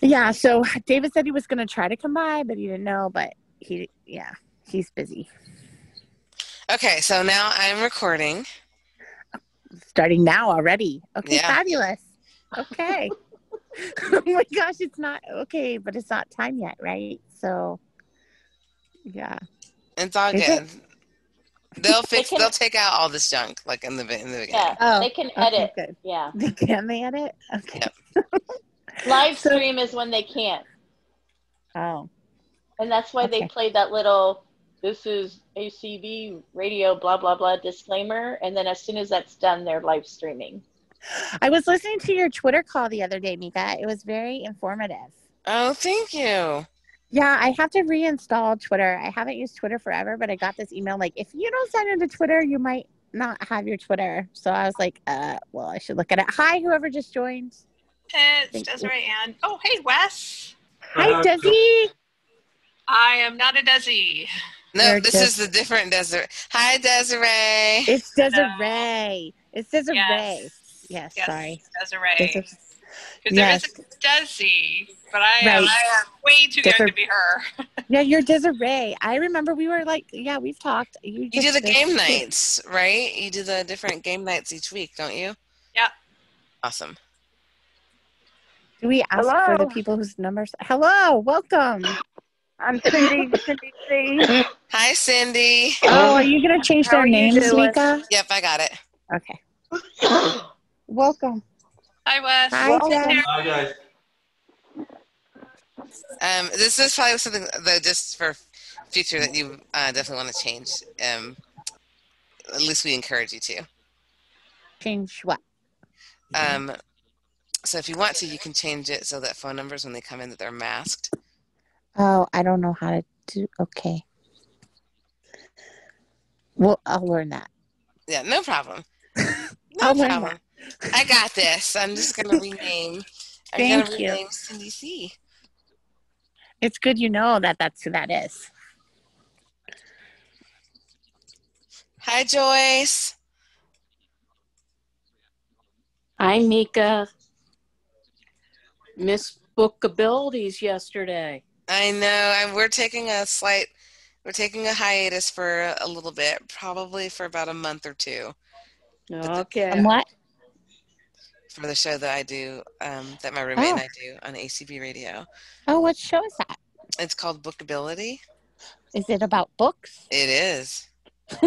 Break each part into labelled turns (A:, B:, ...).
A: Yeah. So David said he was going to try to come by, but he didn't know. But he, yeah, he's busy.
B: Okay, so now I'm recording.
A: Starting now already. Okay,
B: Yeah.
A: fabulous. Okay. oh my gosh, it's not okay, but it's not time yet, right? So, yeah.
B: It's all
A: Is
B: good. They'll fix.
C: can-
B: they'll take out all this junk, like in the be- in the beginning.
C: Yeah,
A: Oh,
C: they can
A: Okay,
C: edit.
A: good.
C: Yeah,
A: They can they edit? Okay.
B: Yep.
C: live
A: So-
C: stream is when they can't,
A: Oh,
C: and that's why they
A: Okay.
C: played that little. This is ACB radio, blah blah blah disclaimer, and then as soon as that's done, they're live streaming.
A: I was listening to your Twitter call the other day, Mika. It was very informative.
B: Oh, thank you.
A: Yeah, I have to reinstall Twitter. I haven't used Twitter forever, but I got this email like, if you don't sign into Twitter, you might not have your Twitter. So I was like, uh, well, I should look at it. Hi, whoever just joined.
D: It's
A: Thank you.
D: Desiree Ann. Oh, hey, Wes.
E: Uh,
A: Hi, Desi.
D: I am not a Desi.
B: No,
A: You're
B: this
A: just-
B: is the different Desiree. Hi, Desiree.
A: It's Desiree. It's Desiree. Yes,
D: Yes,
A: sorry.
D: Desiree.
A: Desiree.
D: Because there is
A: Yes.
D: a Desi, but I, am-
A: Right.
D: I am way too young
A: Different-
D: to be her.
A: Yeah, you're Desiree. I remember we were like, yeah, we've talked. You,
B: You do the
A: just-
B: game nights, right? You do the different game nights each week, don't you?
D: Yep.
B: Awesome.
A: Do we ask for the
F: Hello?
A: people whose numbers? Hello, welcome.
F: I'm Cindy, Cindy C.
B: Hi, Cindy.
A: Oh, are you going to change
F: How
A: their
F: are you
A: names,
F: doing?
A: Mika?
B: Yep, I got it.
A: Okay. Welcome.
D: Hi, Wes.
A: Hi, Jen.
G: Hi guys.
B: Um, this is probably something though, just for future that you uh, definitely want to change. Um, at least we encourage you to.
A: Change what? Mm-hmm.
B: Um, so if you want to, you can change it so that phone numbers, when they come in, that they're masked.
A: Oh, I don't know how to do. Okay. Well, I'll learn that.
B: Yeah, no problem. No
A: I'll learn
B: problem. I got this. I'm just gonna rename. I'm
A: Thank
B: gonna
A: you.
B: rename Cindy C.
A: It's good you know that that's who that is.
B: Hi, Joyce.
H: Hi,
A: uh,
H: Mika. Miss Bookabilities yesterday.
B: I know. And we're taking a slight. We're taking a hiatus for a little bit, probably for about a month or two,
H: Okay.
A: And what?
B: for the show that I do, um, that my roommate and
A: Oh.
B: I do on ACB Radio.
A: Oh, what show is that?
B: It's called Bookability.
A: Is it about books?
B: It is.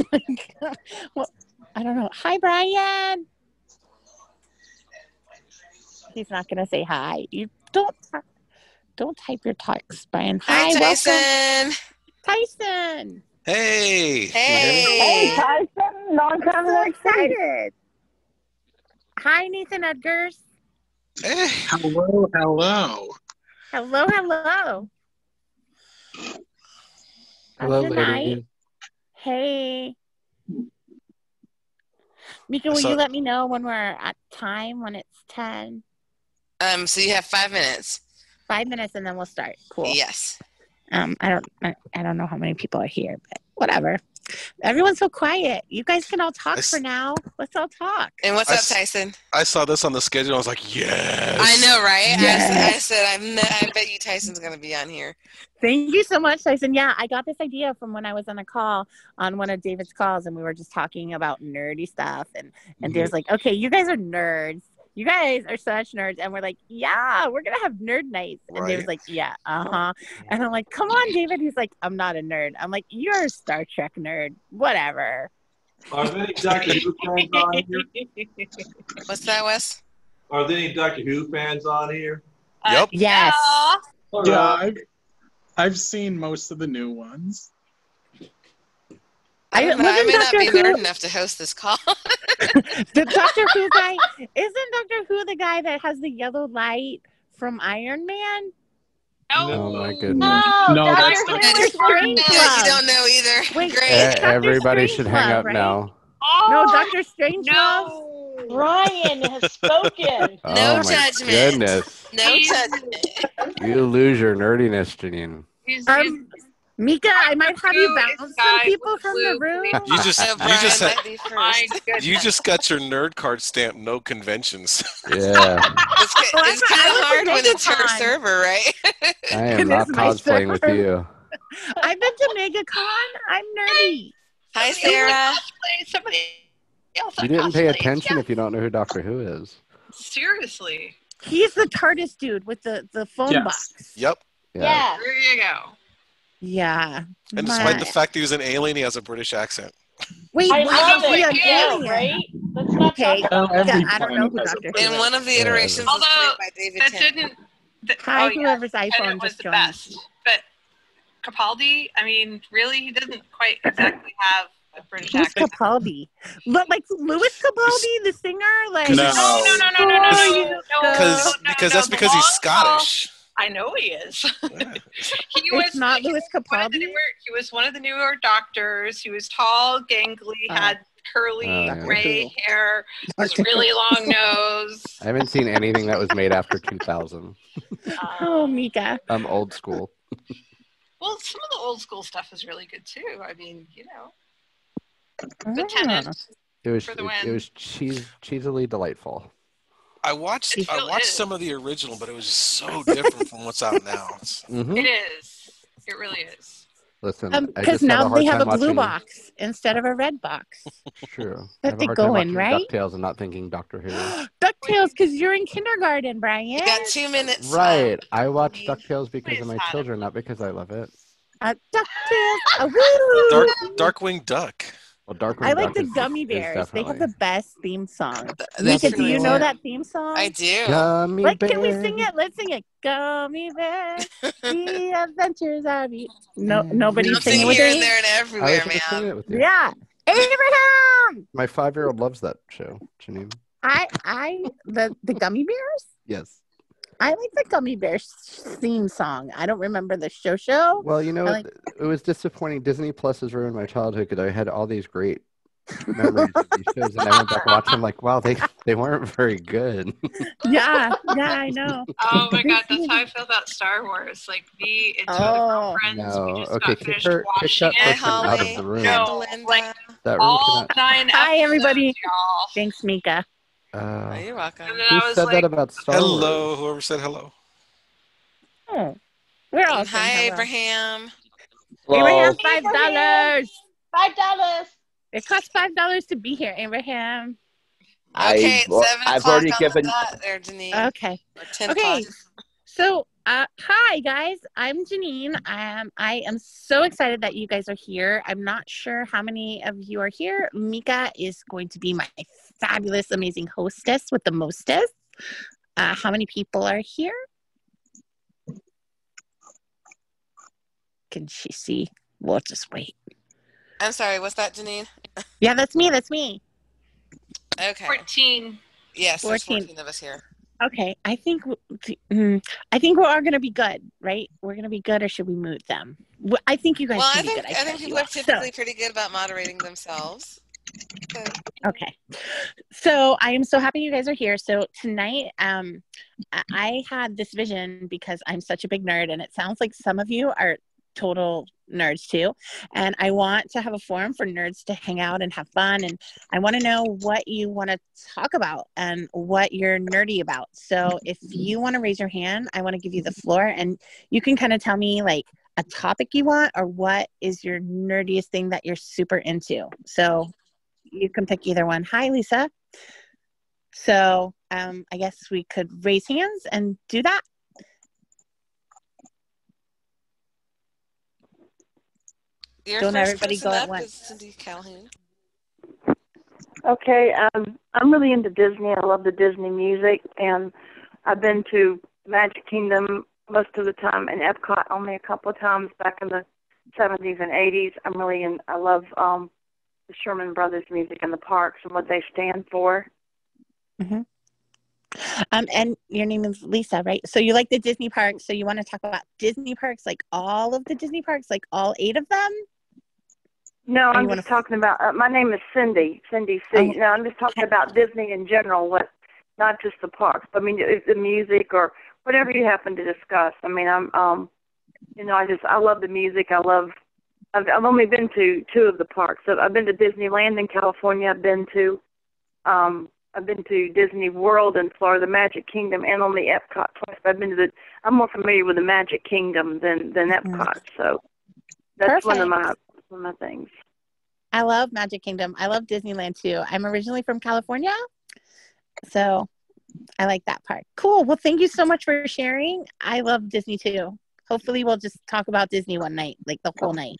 A: well, I don't know. Hi, Brian. He's not gonna say hi. You don't don't type your text, Brian. Hi,
B: Hi,
A: welcome,
B: Tyson.
A: Tyson.
I: Hey.
F: Hey,
B: Hey.
F: Tyson, long time no see.
A: excited. Hi, Nathan Edgars.
I: Hey. Hello. Hello.
A: Hello, hello.
J: Hello,
A: Good
J: lady.
A: Hey. Mika,
I: I
A: will
I: saw-
A: you let me know when we're at time, when it's 10,
B: Um, so you have five minutes.
A: five minutes, and then we'll start. Cool.
B: Yes.
A: Um, I don't, I, I don't know how many people are here, but whatever. Everyone's so quiet. You guys can all talk
I: I s-
A: for now. Let's all talk.
B: And what's
I: I
B: up,
I: s-
B: Tyson?
I: I saw this on the schedule. I was like, yes.
B: I know, right? I,
A: Yes.
B: s- I said, I'm n- I bet you Tyson's going to be on here.
A: Thank you so much, Tyson. Yeah, I got this idea from when I was on a call on one of David's calls, and we were just talking about nerdy stuff. And and David's like, "Okay, you guys are nerds. You guys are such nerds." And we're like, "Yeah, we're gonna have nerd nights." And David's like, "Yeah, uh huh." And I'm like, "Come on, David." He's like, "I'm not a nerd." I'm like, "You're a Star Trek nerd. Whatever."
G: Are there any Doctor Who fans on here?
B: What's that, Wes?
G: Are there any Doctor Who fans on here?
K: Uh,
I: Yep.
A: Uh, Yes.
D: Aw.
G: All
J: Yeah,
G: right.
J: I've, I've seen most of the new ones.
A: I,
B: don't know. I
A: wasn't
B: may not be
A: Doctor Who
B: nerd enough to host this call.
A: the Doctor Who guy? Isn't Doctor Who the guy that has the yellow light from Iron Man?
D: No.
J: No.
D: Oh,
J: Oh,
D: my goodness.
A: Mm.
J: my goodness.
C: Oh,
J: No,
C: Doctor
J: that's
C: Who
D: the-
C: is
A: Strange
C: wonderful.
B: yeah, you
A: Love.
B: don't know either.
A: Wait.
B: Great.
A: It's Doctor
E: E-, Everybody
A: Strangelove,
E: should hang out
A: right?
E: now.
A: No,
D: Oh,
A: Doctor Strange.
C: Brian has spoken.
B: No
E: oh my
B: judgment.
E: Goodness.
B: No
D: He's-
B: judgment.
E: You lose your nerdiness, Janine.
D: He's, he's-
A: Um, Mika, I might have you
D: Who is
A: bounce some
D: guy
A: people
D: with
A: from
D: blue
A: the room.
D: pants?
I: You just,
B: No,
I: you
B: Brian
I: just, had,
B: might be
D: My
B: first.
D: goodness.
I: you just got your nerd card stamp. No conventions. Um.
E: Yeah,
B: It's, ki-
A: Well, I
B: it's
A: thought- I
B: kind of
A: was
B: hard when it's her
A: Megaton.
B: server, right?
E: I am
A: Goodness,
E: not
A: my
E: cosplaying with
A: server.
E: you.
A: I've been to MegaCon. I'm nerdy.
B: Hi,
D: Somebody else
B: Sarah.
D: cosplay- Somebody else
E: You didn't pay
D: cosplays.
E: attention if you don't know who Doctor Who is.
D: Yeah, seriously.
A: He's the TARDIS dude with the, the phone
J: Yes.
A: box.
I: Yep.
E: Yeah.
C: Yeah.
D: There you go.
A: Yeah.
I: And despite the
A: My-
I: fact that he was an alien, he has a British accent.
A: Wait,
C: I
A: why
C: love
A: is he
C: it.
A: an
C: Yeah,
A: alien?
C: right? Let's not
A: Okay.
C: talk about
J: Well, every
A: I don't know
J: planet
A: who
J: has a
A: Doctor Who
B: In
J: president.
B: one of the
E: Yeah.
B: iterations, it's
D: Although,
B: played by David
D: That
B: Tennant.
D: didn't. That,
A: Hi,
D: oh, yeah.
A: whoever's
D: and
A: iPhone
D: it was
A: just
D: the
A: joined.
D: best. But Capaldi, I mean, really, he doesn't quite exactly have a British
A: Who's
D: accent.
A: Capaldi? But like Louis Capaldi, the singer, like
I: No.
D: No, no, no, no, no, no,
I: Because-
D: no, no,
I: Because
D: no, no,
I: because that's
D: the
I: because he's
D: long haul-
I: Scottish.
D: I know he is.
I: Yeah.
D: He
A: It's
D: was
A: not
D: he
A: Louis
D: was one of the
A: Capaldi?
D: newer- He was one of the newer doctors. He was tall, gangly,
A: Oh.
D: had curly
I: uh,
E: Oh, yeah.
D: gray
A: Cool.
D: hair, was really long nose.
E: I haven't seen anything that was made after 2000.
A: Oh, Mika.
E: I'm old school.
D: Well, some of the old school stuff is really good too. I mean, you know, the tenant.
A: Ah.
E: It was
D: For
E: it,
D: the win.
E: was cheese cheesily delightful.
I: I watched
D: It
I: I
D: still
I: watched
D: is.
I: some of the original, but it was just so different from what's out now. It's-
E: hmm
D: It is. It really is.
E: Listen,
A: Um,
E: I
A: Because
E: just
A: now
E: have a hard
A: they have a
E: time
A: blue
E: watching-
A: box instead of a red box.
E: True. I
A: that
E: have a
A: they
E: hard time
A: go
E: watching
A: in, right?
E: Ducktales and not thinking Doctor Who.
A: DuckTales, because you're in kindergarten, Brian.
B: You got two minutes.
E: right. I watch
B: please.
E: Ducktales because
D: Please,
E: of my
D: Tyler.
E: children, not because I love it.
A: Uh, DuckTales. Uh, woo!
I: Dark Darkwing Duck.
E: Well, Darkwing
A: I like
E: Duck
A: the
E: is-
A: gummy
E: is
A: bears. They have
E: definitely-
A: the best theme song.
B: That's
A: Mika, do
B: really
A: you know
B: good.
A: that theme song?
B: I do.
E: gummy
A: Like,
E: bear.
A: can we sing it? Let's sing it. Gummy bear, the adventures of you. No,
E: Mm.
A: nobody's
B: I'm
E: Nothing
A: singing
B: singing
A: with
B: here and
A: me.
B: there and
E: I
B: everywhere,
E: was just singing
B: man.
E: it with you.
A: Yeah, Abraham.
E: My five-year-old loves that show. Janine.
A: I, I, the the gummy bears.
E: Yes.
A: I like the gummy bear theme song. I don't remember the show show.
E: Well, you know,
A: like-
E: it was disappointing. Disney Plus has ruined my childhood because I had all these great memories of these shows, and I went back and watched them. Like, wow, they they weren't very good.
A: Yeah, yeah, I know.
D: Oh my god, that's how I feel about Star Wars. Like me and two
A: Oh.
D: other friends, we
E: no,
D: just
E: okay,
D: got
E: kick
D: finished
E: her, kick
D: watching
E: that
D: it.
E: person out of the room.
D: No.
B: Linda.
D: like-
E: That room
D: all
E: cannot.
D: nine.
A: Hi, everybody.
D: episodes, y'all.
A: Thanks, Mika.
B: Oh,
E: Uh,
B: you're welcome.
D: And then
E: who
D: I was
E: said
D: like,
E: that about Star
I: Hello,
E: Wars?
I: whoever said hello.
A: Oh, we're all
B: And Hi, Abraham.
C: Hello.
A: Abraham, five dollars.
C: Five dollars.
A: It costs five dollars to be here, Abraham.
F: I-
B: Okay, it's
F: well,
B: seven
F: I've
B: o'clock
F: already
B: on
F: given-
B: the dot there, Denise.
A: Okay.
B: or ten
A: okay.
B: o'clock.
A: So, uh, hi guys, I'm Janine. Um, I am so excited that you guys are here. I'm not sure how many of you are here. Mika is going to be my fabulous, amazing hostess with the mostest. Uh, how many people are here? Can she see? We'll just wait.
B: I'm sorry, what's that, Janine?
A: Yeah, that's me. That's me.
B: Okay.
D: 14.
B: Yes, there's
A: 14.
B: 14 of us here.
A: Okay, I think w- mm, I think we are going to be good, right? We're going to be good, or should we move them? W- I think you guys.
B: Well, I
A: can be
B: think
A: good.
B: I
A: tried
B: think
A: you
B: people are
A: all. So-
B: typically pretty good about moderating themselves. So,
A: Okay. So I am so happy you guys are here. So tonight, um, I- I had this vision because I'm such a big nerd, and it sounds like some of you are total nerds too. And I want to have a forum for nerds to hang out and have fun. And I want to know what you want to talk about and what you're nerdy about. So if you want to raise your hand, I want to give you the floor, and you can kind of tell me like a topic you want or what is your nerdiest thing that you're super into. So you can pick either one. Hi, Lisa. So um, I guess we could raise hands and do that.
B: your
A: Don't
B: first
A: everybody
B: person
A: go at
B: up
A: once.
B: is Cindy Calhoun.
F: Okay, um, I'm really into Disney. I love the Disney music, and I've been to Magic Kingdom most of the time, and Epcot only a couple of times back in the 70s and 80s. I'm really in. I love um, the Sherman Brothers music and the parks and what they stand for.
A: Um, and your name is Lisa, right? So you like the Disney parks. So you want to talk about Disney parks, like all of the Disney parks, like all eight of them?
F: No,
A: Or you
F: I'm
A: wanna-
F: just talking about. Uh, my name is Cindy. Cindy C.
A: Oh.
F: No, I'm just talking about Disney in general. What, not just the parks. I mean, it- the music or whatever you happen to discuss. I mean, I'm um, you know, I just I love the music. I love. I've, I've only been to two of the parks. So I've been to Disneyland in California. I've been to, um, I've been to Disney World in Florida, the Magic Kingdom, and only Epcot twice. But I've been to the. I'm more familiar with the Magic Kingdom than than Epcot. So that's one of my one of my things.
A: I love Magic Kingdom. I love Disneyland too. I'm originally from California. So I like that part. Cool. Well, thank you so much for sharing. I love Disney too. Hopefully, we'll just talk about Disney one night, like the whole night.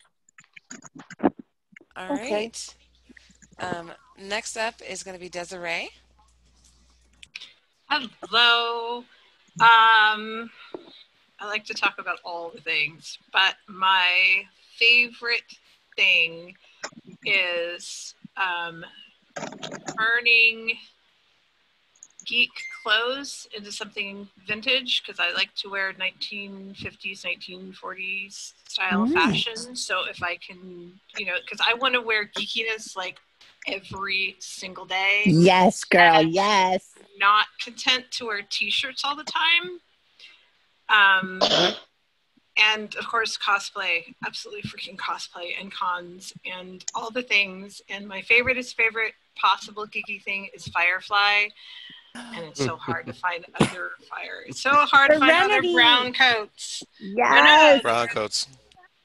B: All right. Um, next up is going to be Desiree.
D: Hello. Um, I like to talk about all the things, but my favorite thing is um, turning geek clothes into something vintage because I like to wear 1950s, 1940s style
L: Nice.
D: fashion. So if I can, you know, because I want to wear geekiness like every single day.
A: Yes, girl. Yes.
D: Not content to wear t-shirts all the time. Um, and of course cosplay, absolutely freaking cosplay and cons and all the things. And my favorite is favorite possible geeky thing is Firefly. And it's so hard to find other fire. It's so hard to find other
A: Serenity.
D: brown coats.
A: Yes.
I: Brown coats.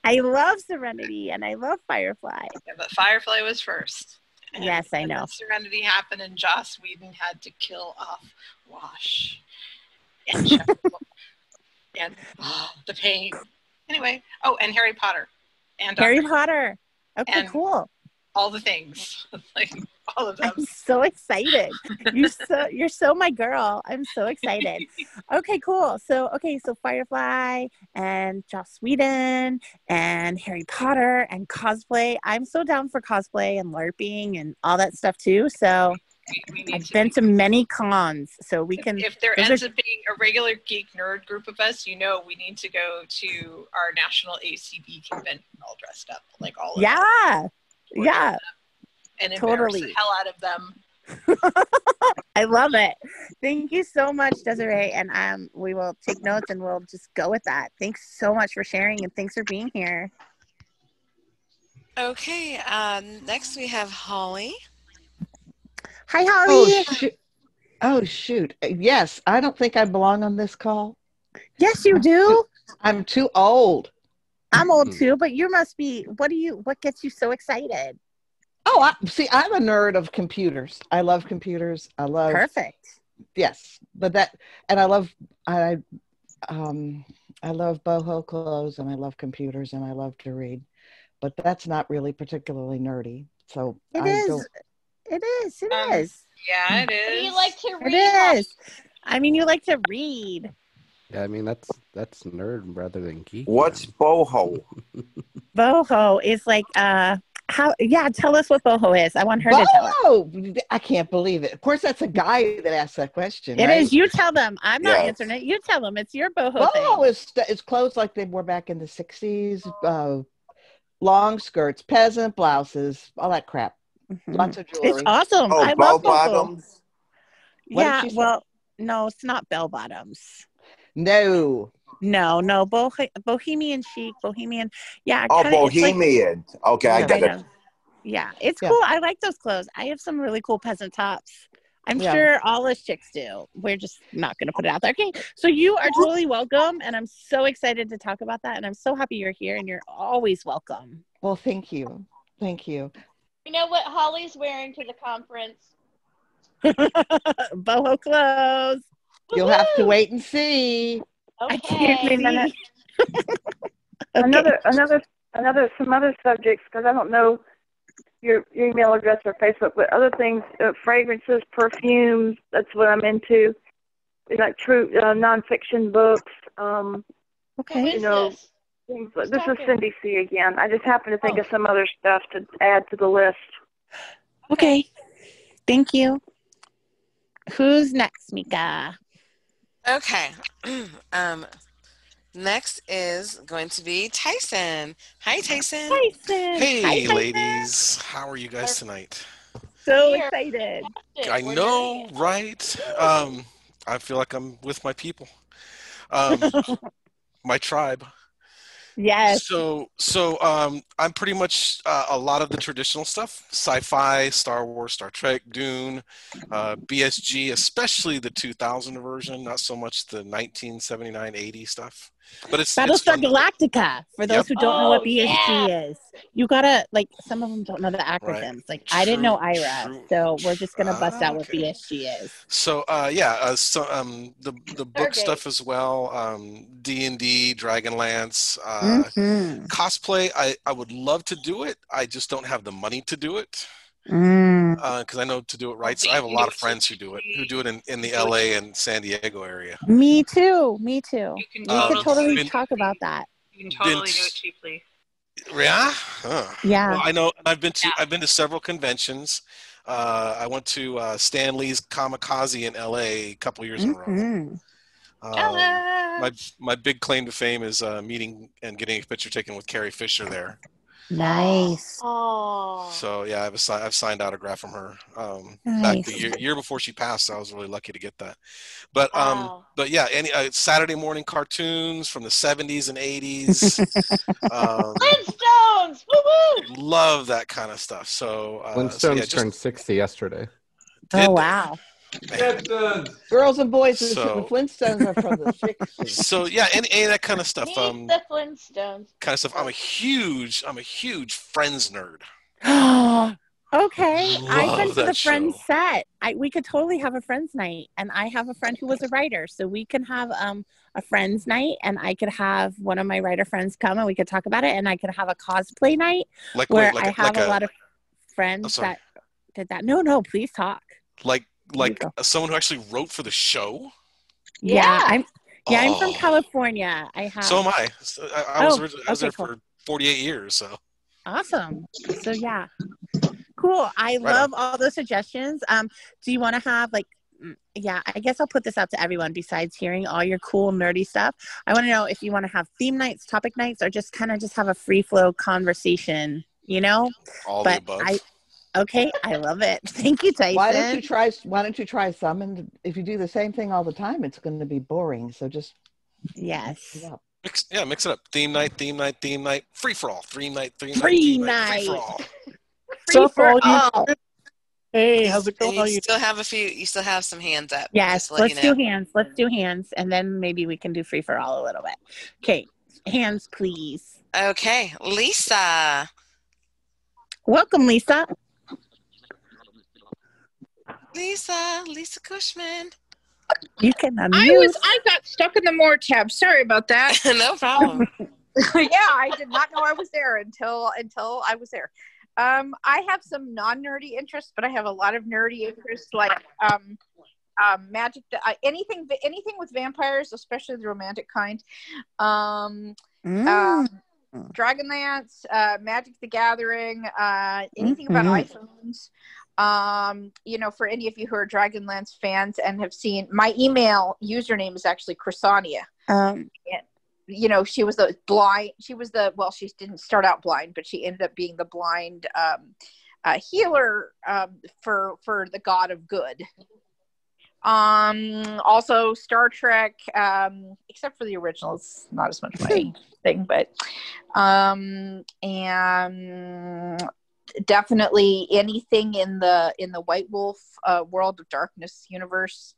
A: I love Serenity and I love Firefly.
D: Yeah, but Firefly was first.
A: Yes, I know.
D: Serenity happened and Joss Whedon had to kill off Wash. And oh, the pain. Anyway, oh, and Harry Potter. And
A: Harry
D: Doctor-
A: Potter. Okay,
D: And-
A: cool.
D: all the things. like all of them.
A: I'm so excited. You're so you're so my girl. I'm so excited. Okay, cool. So okay, so Firefly and Joss Whedon and Harry Potter and cosplay. I'm so down for cosplay and LARPing and all that stuff too. So I've been to many cons, so we can.
D: if there
A: those are-
D: ends up being a regular geek nerd group of us, you know we need to go to our national ACB convention all dressed up, like all of us,
A: yeah, yeah.
D: and embarrass
A: totally.
D: the hell out of them.
A: I love it. Thank you so much, Desiree. And um, we will take notes and we'll just go with that. Thanks so much for sharing and thanks for being here.
B: Okay. Um, next we have Holly.
A: Hi,
M: Oh, shoot. oh, shoot. Yes, I don't think I belong on this call.
A: Yes, you do.
M: I'm too old.
A: I'm old too, but you must be. What do you? What gets you so excited?
M: Oh, I, see, I'm a nerd of computers. I love computers. I love.
A: Perfect.
M: Yes, but that, and I love, I, um, I love boho clothes, and I love computers, and I love to read, but that's not really particularly nerdy. So
A: It
M: I
A: is.
M: don't-
A: It is. It is.
D: Um, Yeah, it is.
C: You like to read.
A: It is. I mean, you like to read.
E: Yeah, I mean that's that's nerd rather than geek.
N: What's boho?
A: Boho is like uh how yeah, tell us what boho is. Oh, I want her to tell us.
M: Whoa! I can't believe it. Of course, that's a guy that asked that question.
A: It is.
M: right?
A: you tell them. I'm not
M: Yes.
A: answering it. You tell them it's your boho
M: Boho
A: thing.
M: is st- is clothes like they wore back in the '60s. Uh, long skirts, peasant blouses, all that crap. Lots of jewelry.
A: Mm-hmm.
M: Oh,
A: It's awesome. I love boho.
M: What did
A: Yeah,
M: she say?
A: well, no, it's not bell bottoms.
M: No.
A: No, no, boh- bohemian chic, bohemian. Yeah.
N: Oh,
A: kinda- it's like-
N: bohemian. okay, I
M: Yeah.
N: got
A: Kind
N: it.
A: yeah, it's
M: Yeah.
A: cool. I like those clothes. I have some really cool peasant tops. I'm
M: Yeah.
A: sure all us chicks do. We're just not going to put it out there. Okay. So you are totally welcome. And I'm so excited to talk about that. And I'm so happy you're here and you're always welcome.
M: Well, thank you, thank you.
C: You know what Holly's wearing to the conference?
A: Uh, Boho clothes.
M: You'll have to wait and see.
C: Okay.
A: Excuse me a minute.
F: Another another another some other subjects because I don't know your, your email address or Facebook, but other things, uh, fragrances, perfumes. That's what I'm into. Like true uh, nonfiction books. Um,
A: okay.
F: You know,
C: this?
F: things like, this is
C: talking?
F: Cindy C again. I just happen to think of some other stuff to add to the list.
A: Okay. Thank you. Who's next, Mika?
B: Okay. um, next is going to be Tyson. Hi, Tyson.
A: Tyson.
I: Hey, ladies. How are you guys tonight?
A: So excited.
I: I know, right? Um, I feel like I'm with my people, um, my tribe.
A: Yes.
I: So, so um, I'm pretty much uh, a lot of the traditional stuff: sci-fi, Star Wars, Star Trek, Dune, uh, BSG, especially the 2000 version. Not so much the 1979, 80 stuff. But it's, it's
A: Battlestar
I: fun.
A: Galactica. For those
I: Yep.
A: who don't know what
C: Oh,
A: BSG
C: yeah.
A: is, you gotta like some of them don't know the acronyms. Like I didn't know IRA, so we're just gonna bust out what BSG is.
I: So uh, yeah, uh, so um, the the book
A: Stargate.
I: stuff as well. Um, D and D, Dragonlance, uh,
A: Mhm.
I: cosplay. I I would love to do it. I just don't have the money to do it
A: Mm-hmm.
K: Mm.
I: because I know to do it right. So I have a lot of friends who do it, who do it in, in the L.A. and San Diego area.
A: Me too. Me too. We
I: Um,
A: could totally
I: been-
A: talk about that.
D: You can
I: Been
D: totally do it cheaply.
I: Yeah. Huh.
A: Yeah.
I: Well, I know. I've been to I've been to several conventions. Uh, I went to uh, Stan Lee's Kamikaze in L.A. a couple years
O: Mm.
I: in a row.
A: Mhm.
I: Um, my my big claim to fame is uh, meeting and getting a picture taken with Carrie Fisher there.
A: Nice.
C: Oh.
I: So yeah, I've assi- I've signed autograph from her. Um, Back the
A: Nice.
I: year, year before she passed, I was really lucky to get that. But um, but yeah, any uh, Saturday morning cartoons from the '70s and '80s. um,
C: Flintstones. Woo woo.
I: love that kind of stuff. So, uh,
E: Flintstones
I: so yeah, just
E: turned 60 yesterday.
A: Oh wow.
M: Girls and boys, the
I: So-
M: Flintstones are from the 60s.
I: so yeah, any, any of that kind of stuff. Um,
C: The Flintstones.
I: kind of stuff. I'm a huge I'm a huge Friends nerd.
A: okay. I've been
I: Love
A: to the
I: that
A: Friends set. I, we could totally have a Friends night, and I have a friend who was a writer, so we can have um a Friends night, and I could have one of my writer friends come, and we could talk about it, and I could have a cosplay night
I: Like
A: where
I: wait, like
A: I
I: a-
A: have
I: like
A: a, lot of
I: I'm
A: friends
I: sorry.
A: that did that. No, no, please talk.
I: like like someone who actually wrote for the show.
A: Yeah, I'm. Yeah, I'm from
I: Oh.
A: California. I have.
I: So am I. So I, I was
A: Oh,
I: originally I was
A: okay,
I: there for 48 years. So
A: Awesome. So yeah, cool. I love all those suggestions. Um, do you want to have like, mm, yeah? I guess I'll put this out to everyone. Besides hearing all your cool nerdy stuff, I want to know if you want to have theme nights, topic nights, or just kind of just have a free flow conversation. You know,
I: all
A: but
I: the above.
A: I. Okay, I love it. Thank you, Tyson.
M: Why don't you try? Why don't you try some? And if you do the same thing all the time, it's going to be boring. So just
A: yes.
I: Mix, yeah, mix it up. Theme night, theme night, theme night, free for all. Theme night, theme night,
A: Free
I: theme free for
A: night.
I: all.
B: Free for all.
J: Hey, how's it
B: And
J: going? How
B: you
J: you-
B: still have a few. You still have some hands up.
A: Yes,
B: Just to let
A: let's
B: you know.
A: do hands. Let's do hands, and then maybe we can do free for all a little bit. Okay, hands, please.
B: Okay, Lisa.
A: Welcome, Lisa.
B: Lisa. Lisa Cushman.
A: You can unmute.
L: I was I got stuck in the more tab. Sorry about that.
B: no problem.
L: yeah, I did not know I was there until until I was there. Um, I have some non-nerdy interests, but I have a lot of nerdy interests, like um, um, magic, uh, anything, anything with vampires, especially the romantic kind. Um, um, Dragonlance, uh, Magic the Gathering, uh, anything about iPhones. Um, you know, for any of you who are Dragonlance fans and have seen my email username is actually Chrisania.
A: Um,
L: You know, she was the blind, she was the, well, she didn't start out blind, but she ended up being the blind um, uh, healer um, for, for the god of good. Um, also Star Trek, um, except for the originals, not as much my thing, but um and definitely anything in the in the white wolf uh, world of darkness universe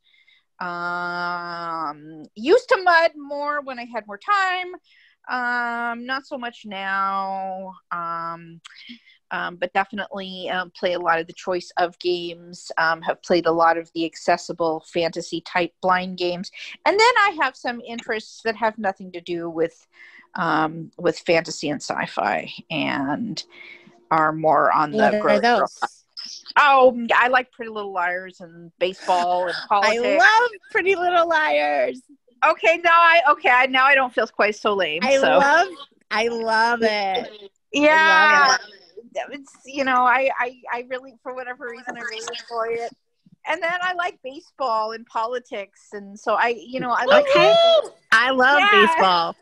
L: um used to mud more when i had more time um not so much now um um, but definitely um, play a lot of the choice of games um, have played a lot of the accessible fantasy type blind games and then i have some interests that have nothing to do with um, with fantasy and sci-fi and are more on the
A: What are
L: gross-
A: those?
L: oh i like pretty little liars and baseball and politics
A: I love Pretty Little Liars.
L: okay now i okay I, now i don't feel quite so lame
A: I
L: so.
A: love. I love it.
L: Yeah.
A: it.
L: It's, you know, I, I, I really, for whatever reason, I really enjoy it. And then I like baseball and politics. And so I, you know, I like.
A: Okay. I love
L: Yeah.
A: baseball.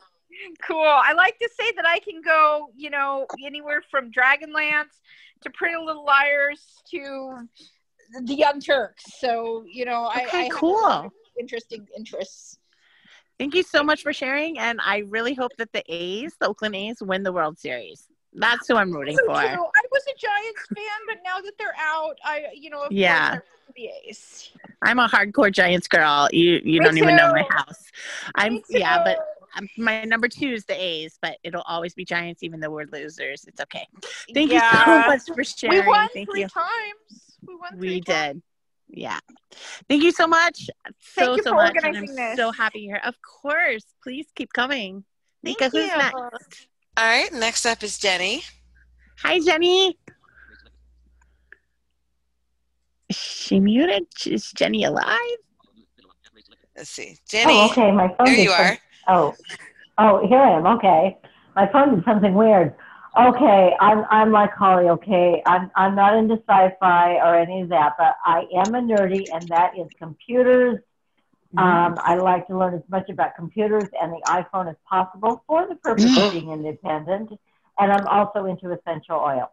L: Cool. I like to say that I can go, you know, anywhere from Dragonlance to Pretty Little Liars to the Young Turks. So, you know, I,
A: Okay,
L: I have
A: cool.
L: interesting interests.
A: Thank you so much for sharing, and I really hope that the A's, the Oakland A's, win the World Series. That's who I'm rooting
L: So true.
A: for.
L: I was a Giants fan, but now that they're out, I you know of course
A: Yeah.
L: I'm for the A's.
A: I'm a hardcore Giants girl. You you
L: Me
A: don't even know
L: too.
A: my house. I'm yeah, but um, my number two is the A's, but it'll always be Giants, even though we're losers. It's okay. Thank
L: Yeah.
A: you so much for sharing.
L: We won
A: Thank
L: three
A: you.
L: times. We won.
A: We did. Yeah. Thank you so much. So
L: you
A: so
L: for
A: much. and
L: organizing
A: I'm
L: this.
A: so happy you're here. Of course. Please keep coming. Nika,
B: Thank
A: who's
B: you.
A: next?
B: All right, next up is Jenny.
A: Hi, Jenny. She muted. Is Jenny alive?
B: Let's see. Jenny.
P: Oh, okay. My phone
B: there
P: did
B: you
P: some-
B: are.
P: Oh, oh, here I am. Okay, my phone did something weird. Okay, I'm I'm like Holly. Okay, I'm I'm not into sci-fi or any of that, but I am a nerdy, and that is computers.
A: Mm-hmm.
P: Um, I like to learn as much about computers and the iPhone as possible for the purpose of being independent. And I'm also into essential oils.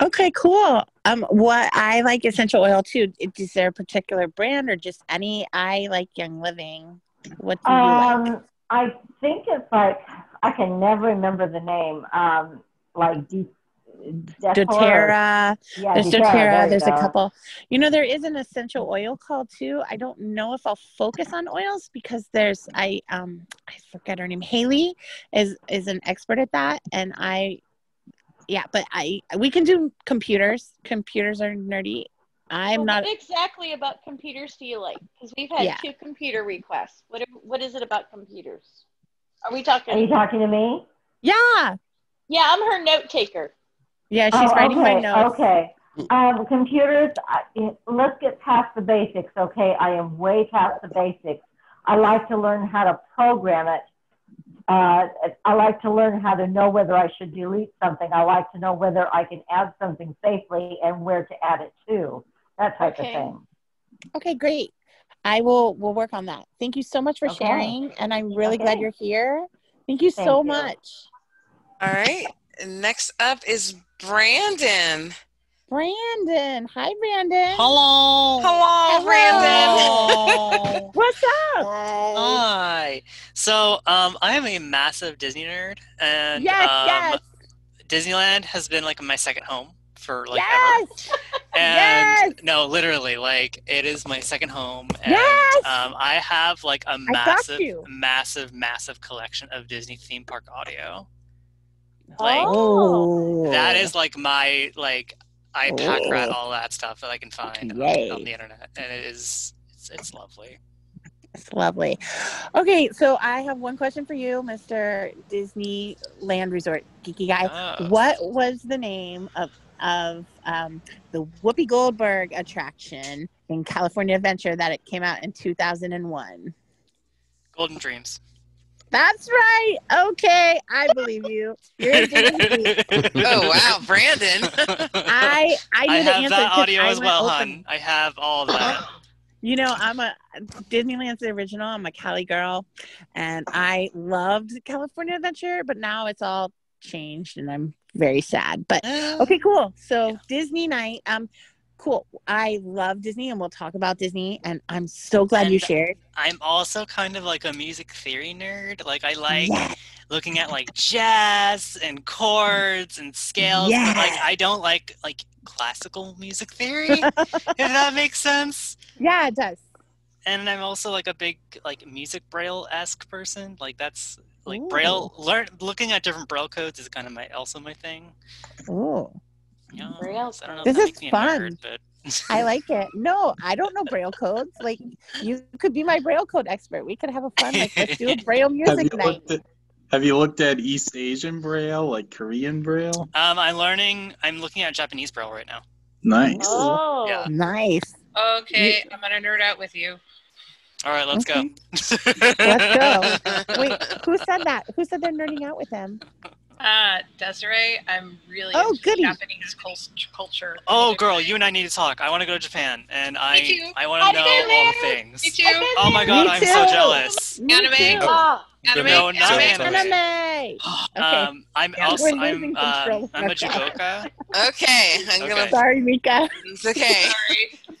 A: Okay, cool. Um, what I like essential oil too. It- Is there a particular brand or just any? I like Young Living. What do you like?
P: Um, I think it's like I can never remember the name. Um, like De- Deterra.
A: DoTerra.
P: Yeah,
A: there's
P: DoTerra,
A: DoTerra.
P: there you
A: there's a
P: go.
A: couple. You know, there is an essential oil call too. I don't know if I'll focus on oils because there's I um I forget her name. Haley is is an expert at that, and I yeah, but I we can do computers. Computers are nerdy. I'm
C: Well,
A: not.
C: What exactly about computers do you like? Because we've had
A: Yeah.
C: two computer requests. What What is it about computers? Are we talking?
P: Are you talking to me?
A: Yeah.
C: Yeah, I'm her note taker.
A: Yeah, she's
P: oh,
A: writing my
P: okay,
A: notes.
P: Okay. Um, computers, I, it- let's get past the basics, okay? I am way past the basics. I like to learn how to program it. Uh, I like to learn how to know whether I should delete something. I like to know whether I can add something safely and where to add it to, that type
A: Okay.
P: of thing.
A: Okay, great. I will we'll work on that. Thank you so much for
P: Okay.
A: sharing and I'm really glad
B: Okay.
A: you're here. Thank you
B: Thank
A: so
B: you.
A: much.
B: All right. Next up is Brandon.
A: Brandon. Hi Brandon.
Q: Hello.
B: Hello,
Q: Brandon.
A: What's up?
Q: Hi. So, um, I am a massive Disney nerd, and
A: Yes,
Q: um,
A: yes.
Q: Disneyland has been like my second home for like
A: Yes.
Q: ever. And no, literally, like it is my second home, and
A: Yes.
G: uh,
Q: um, I have like a
A: got
Q: massive,
A: you.
Q: massive, massive collection of Disney theme park audio. Like
A: Oh.
Q: that is like my like I pack rat
A: Oh.
Q: all that stuff that I can find on-
A: Yay.
Q: on the internet, and it is it's, it's lovely.
A: It's lovely. Okay, so I have one question for you, Mr. Disneyland Resort geeky guy.
Q: Oh.
A: What was the name of of um, the Whoopi Goldberg attraction in California Adventure that it came out in 2001?
Q: Golden dreams.
A: That's right. Okay, I believe you. You're a Disney geek.
B: oh wow, Brandon.
A: I I knew
Q: I
A: the
Q: have
A: answer
Q: that
A: 'cause
Q: audio
A: I
Q: as
A: went
Q: well,
A: open.
Q: hun. I have all that.
A: You know, I'm a Disneyland's the original. I'm a Cali girl, and I loved California Adventure, but now it's all changed, and I'm very sad. But
Q: Oh.
A: okay, cool. So Disney night. Um, cool. I love Disney, and we'll talk about Disney. And I'm so glad you
Q: And
A: shared.
Q: I'm also kind of like a music theory nerd. Like I like
A: Yes.
Q: looking at like jazz and chords and scales. But like I don't like like classical music theory. if that makes sense.
A: Yeah, it does.
Q: And I'm also like a big like music braille esque person. Like that's like braille learn looking at different braille codes is kind of my also my thing.
A: Oh,
Q: Yeah, so I don't know if
A: this
Q: that
A: is
Q: makes me a
A: fun.
Q: nerd, but
A: I like it. No, I don't know braille codes. Like you could be my braille code expert. We could have a fun like let's do a braille
R: Have you,
A: music night.
R: looked at, have you looked at East Asian Braille, like Korean Braille?
Q: um, I'm learning. I'm looking at Japanese braille right now.
R: Nice.
Q: Oh. Yeah.
A: Nice.
S: Okay, I'm gonna nerd out with you.
Q: All right, let's go.
A: Let's go. Wait, who said that? Who said they're nerding out with them?
S: Uh, Desiree, I'm really
A: Oh,
S: into
A: goody.
S: Japanese cul- culture.
Q: Oh, girl, you and I need to talk. I want to go to Japan, and I
S: too.
Q: I want to
S: I've
Q: know
S: been
Q: all the
S: there.
Q: things.
S: Me too.
Q: Oh my god,
S: Me
Q: I'm so
S: too.
Q: jealous.
S: Me Anime? too.
A: Oh.
Q: anime, no, not anime.
A: Anime. Okay.
Q: Um, I'm
A: Yeah.
Q: also
A: We're
Q: I'm
A: losing control
Q: um,
A: of
Q: I'm a
A: our
Q: judoka.
B: Okay, I'm gonna.
A: Sorry, Mika.
B: It's okay.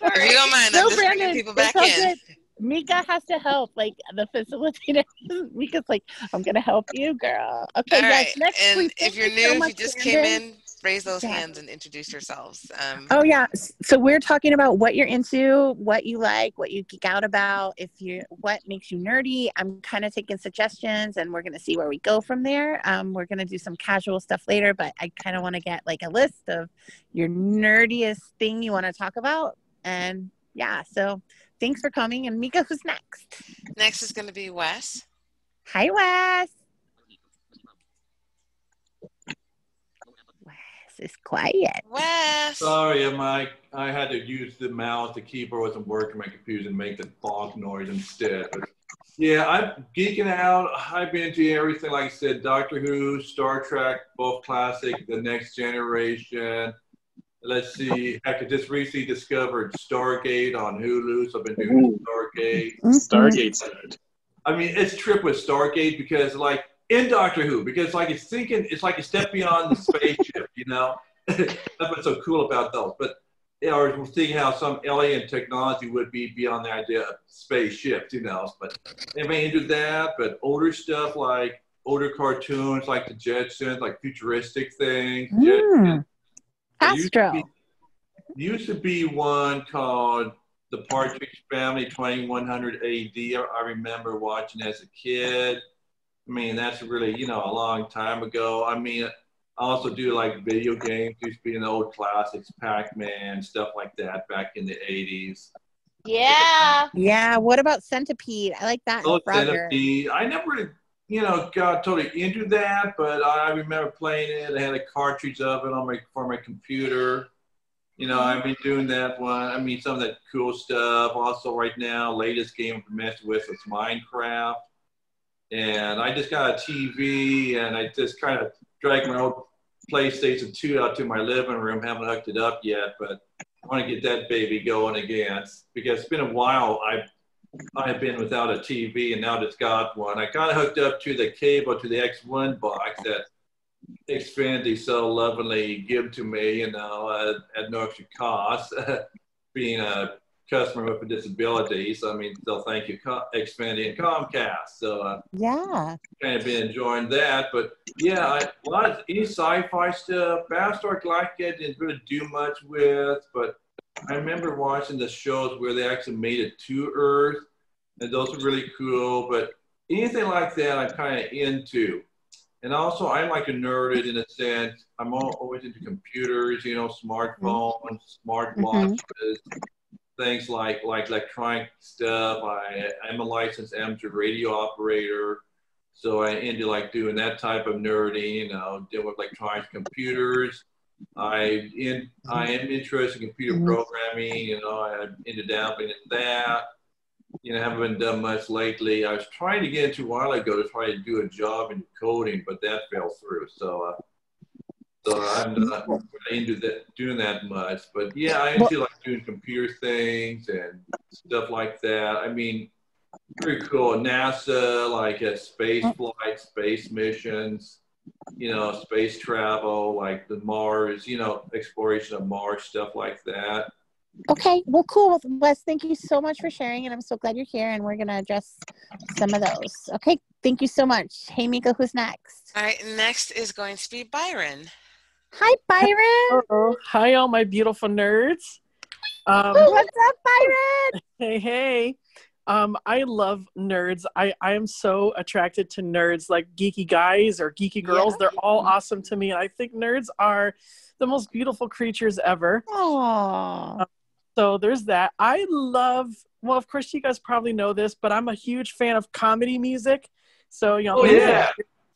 B: If you don't mind,
A: No,
B: I'm just bringing
A: Brandon,
B: people
A: it's
B: back
A: all
B: in.
A: good. Mika has to help. Like the facilitator, Mika's like, "I'm gonna help you, girl." Okay, yes. Next,
B: and
A: please.
B: if
A: Thank
B: you're
A: you
B: new,
A: so
B: if
A: much,
B: you just came
A: Brandon.
B: in, raise those
A: Yeah.
B: hands and introduce yourselves. Um,
A: Oh yeah. S- So we're talking about what you're into, what you like, what you geek out about, if you what makes you nerdy. I'm kind of taking suggestions and we're gonna see where we go from there. Um, we're gonna do some casual stuff later, but I kinda wanna get like a list of your nerdiest thing you wanna talk about. And yeah, so thanks for coming. And Mika, who's next?
B: Next is going to be Wes.
A: Hi Wes. Wes is quiet.
B: Wes.
E: Uh,
G: Sorry, my I had to use the mouse. The keyboard wasn't working. My computer and make the bonk noise instead. But yeah, I'm geeking out. I've been to everything. Like I said, Doctor Who, Star Trek, both classic, The Next Generation. Let's see. I could just recently discovered Stargate on Hulu, so I've been doing Stargate.
R: Stargate's
G: good. I mean, it's trip with Stargate because like in Doctor Who, because like it's thinking it's like a step beyond the spaceship, you know. That's what's so cool about those. But you know, or seeing how some alien technology would be beyond the idea of spaceships, you know. But anybody into that? But older stuff like older cartoons, like the Jetsons, like futuristic things.
A: Mm.
G: There used to
A: Castro.
G: be- Used to be one called The Partridge Family 2100 AD. I I remember watching as a kid. I mean, that's really, you know, a long time ago. I mean, I also do like video games, used to be in the old classics, Pac Man, stuff like that back in the 80s.
A: Yeah. Yeah. What about centipede? I like that.
G: Oh,
A: and Frogger.
G: Centipede. I never really, you know, got totally into that, but I remember playing it. I had a cartridge of it on my for my computer. You know, I've been doing that one. I mean, some of that cool stuff. Also, right now, latest game I'm messing with is Minecraft. And I just got a TV, and I just kind of dragged my old PlayStation 2 out to my living room. Haven't hooked it up yet, but I want to get that baby going again because it's been a while. I've I have been without a TV and now just got one. I got hooked up to the cable to the X1 box that Xfinity so lovingly give to me, you know, uh, at no extra cost, being a customer with a disability. So, I mean, so thank you, Co- Xfinity and Comcast. So, uh,
A: Yeah.
G: kind of been enjoying that. But yeah, I, a lot of any sci-fi stuff. Battlestar Galactica didn't really do much with, but I remember watching the shows where they actually made it to Earth, and those were really cool. But anything like that, I'm kind of into. And also, I'm like a nerd in a sense. I'm al- always into computers, you know, smartphones, smartwatches, things like like electronic stuff. I am a licensed amateur radio operator. So I ended like doing that type of nerdy, you know, dealing with electronic computers. I in I am interested in computer programming, you know, I ended up in that. You know, haven't been done much lately. I was trying to get into a while ago to try to do a job in coding, but that fell through. So uh, so I'm not into that doing that much. But yeah, I into like doing computer things and stuff like that. I mean, pretty cool. NASA, like uh, space flight, space missions, you know, space travel, like the Mars, you know, exploration of Mars, stuff like that.
A: Okay. Well, cool. Wes, thank you so much for sharing. And I'm so glad you're here. And we're going to address some of those. Okay. Thank you so much. Hey, Mika, who's next?
B: All right, next is going to be Byron.
A: Hi, Byron.
J: Hello. Hi, all my beautiful nerds. Um,
A: What's up, Byron?
J: Hey, hey. Um, I love nerds. I, I am so attracted to nerds, like geeky guys or geeky girls. They're all awesome to me. And I think nerds are the most beautiful creatures ever. Um,
A: Aww.
J: so there's that. I love, well, of course, you guys probably know this, but I'm a huge fan of comedy music. So, you know,
G: Oh, yeah.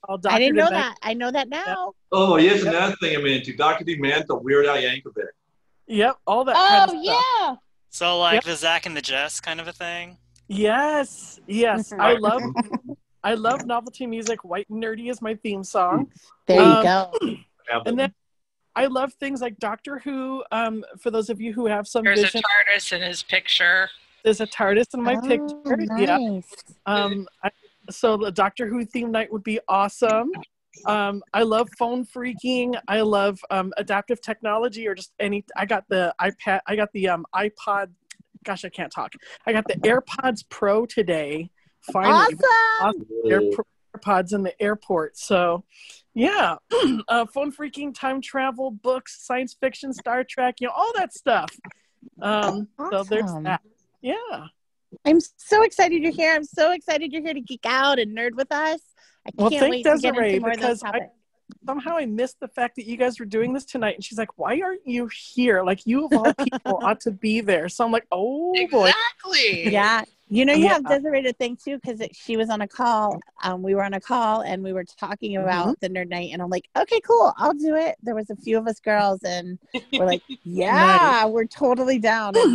J: all
A: I didn't
J: Dr.
A: know
J: Demet-
A: that. I know that now.
G: Oh, here's another thing I'm into Dr. Demento, Weird Al Yankovic.
J: Yep, all that. kind of
Q: Oh,
J: stuff.
Q: yeah. So like
J: Yep.
Q: the Zach and the Jess kind of a thing.
J: Yes, yes, I
Q: Right.
J: love, I love novelty music. White and nerdy is my theme song.
A: There you
J: Um,
A: go.
J: And then I love things like Doctor Who. Um, for those of you who have some
S: There's a
J: vision,
S: TARDIS in his picture.
J: there's a TARDIS in my
S: Oh,
J: picture. Yeah.
A: nice.
J: Um, I, so the Doctor Who theme night would be awesome. Um, I love phone freaking. I love um, adaptive technology or just any. I got the iPad. I got the um, iPod Gosh, I can't talk. I got the AirPods Pro today. Finally,
L: Awesome!
J: Air- AirPods in the airport. So, yeah, uh, phone freaking, time travel, books, science fiction, Star Trek, you know, all that stuff. Um, So there's
A: Oh, Awesome.
J: that. Yeah.
A: I'm so excited you're here. I'm so excited you're here to geek out and nerd with us. I
J: Well,
A: can't
J: thank
A: wait to get
J: Desiree
A: into more of those
J: because I,
A: topics.
J: somehow I missed the fact that you guys were doing this tonight. And she's like, "Why aren't you here? Like, you of all people ought to be there." So I'm like, "Oh boy."
D: Exactly.
A: Yeah. You know, you have
J: Yeah.
A: Desiree to thank too because she was on a call. Um, we were on a call and we were talking
J: Mm-hmm.
A: about the nerd night, and I'm like, okay, cool, I'll do it. There was a few of us girls, and we're like, yeah, we're totally down.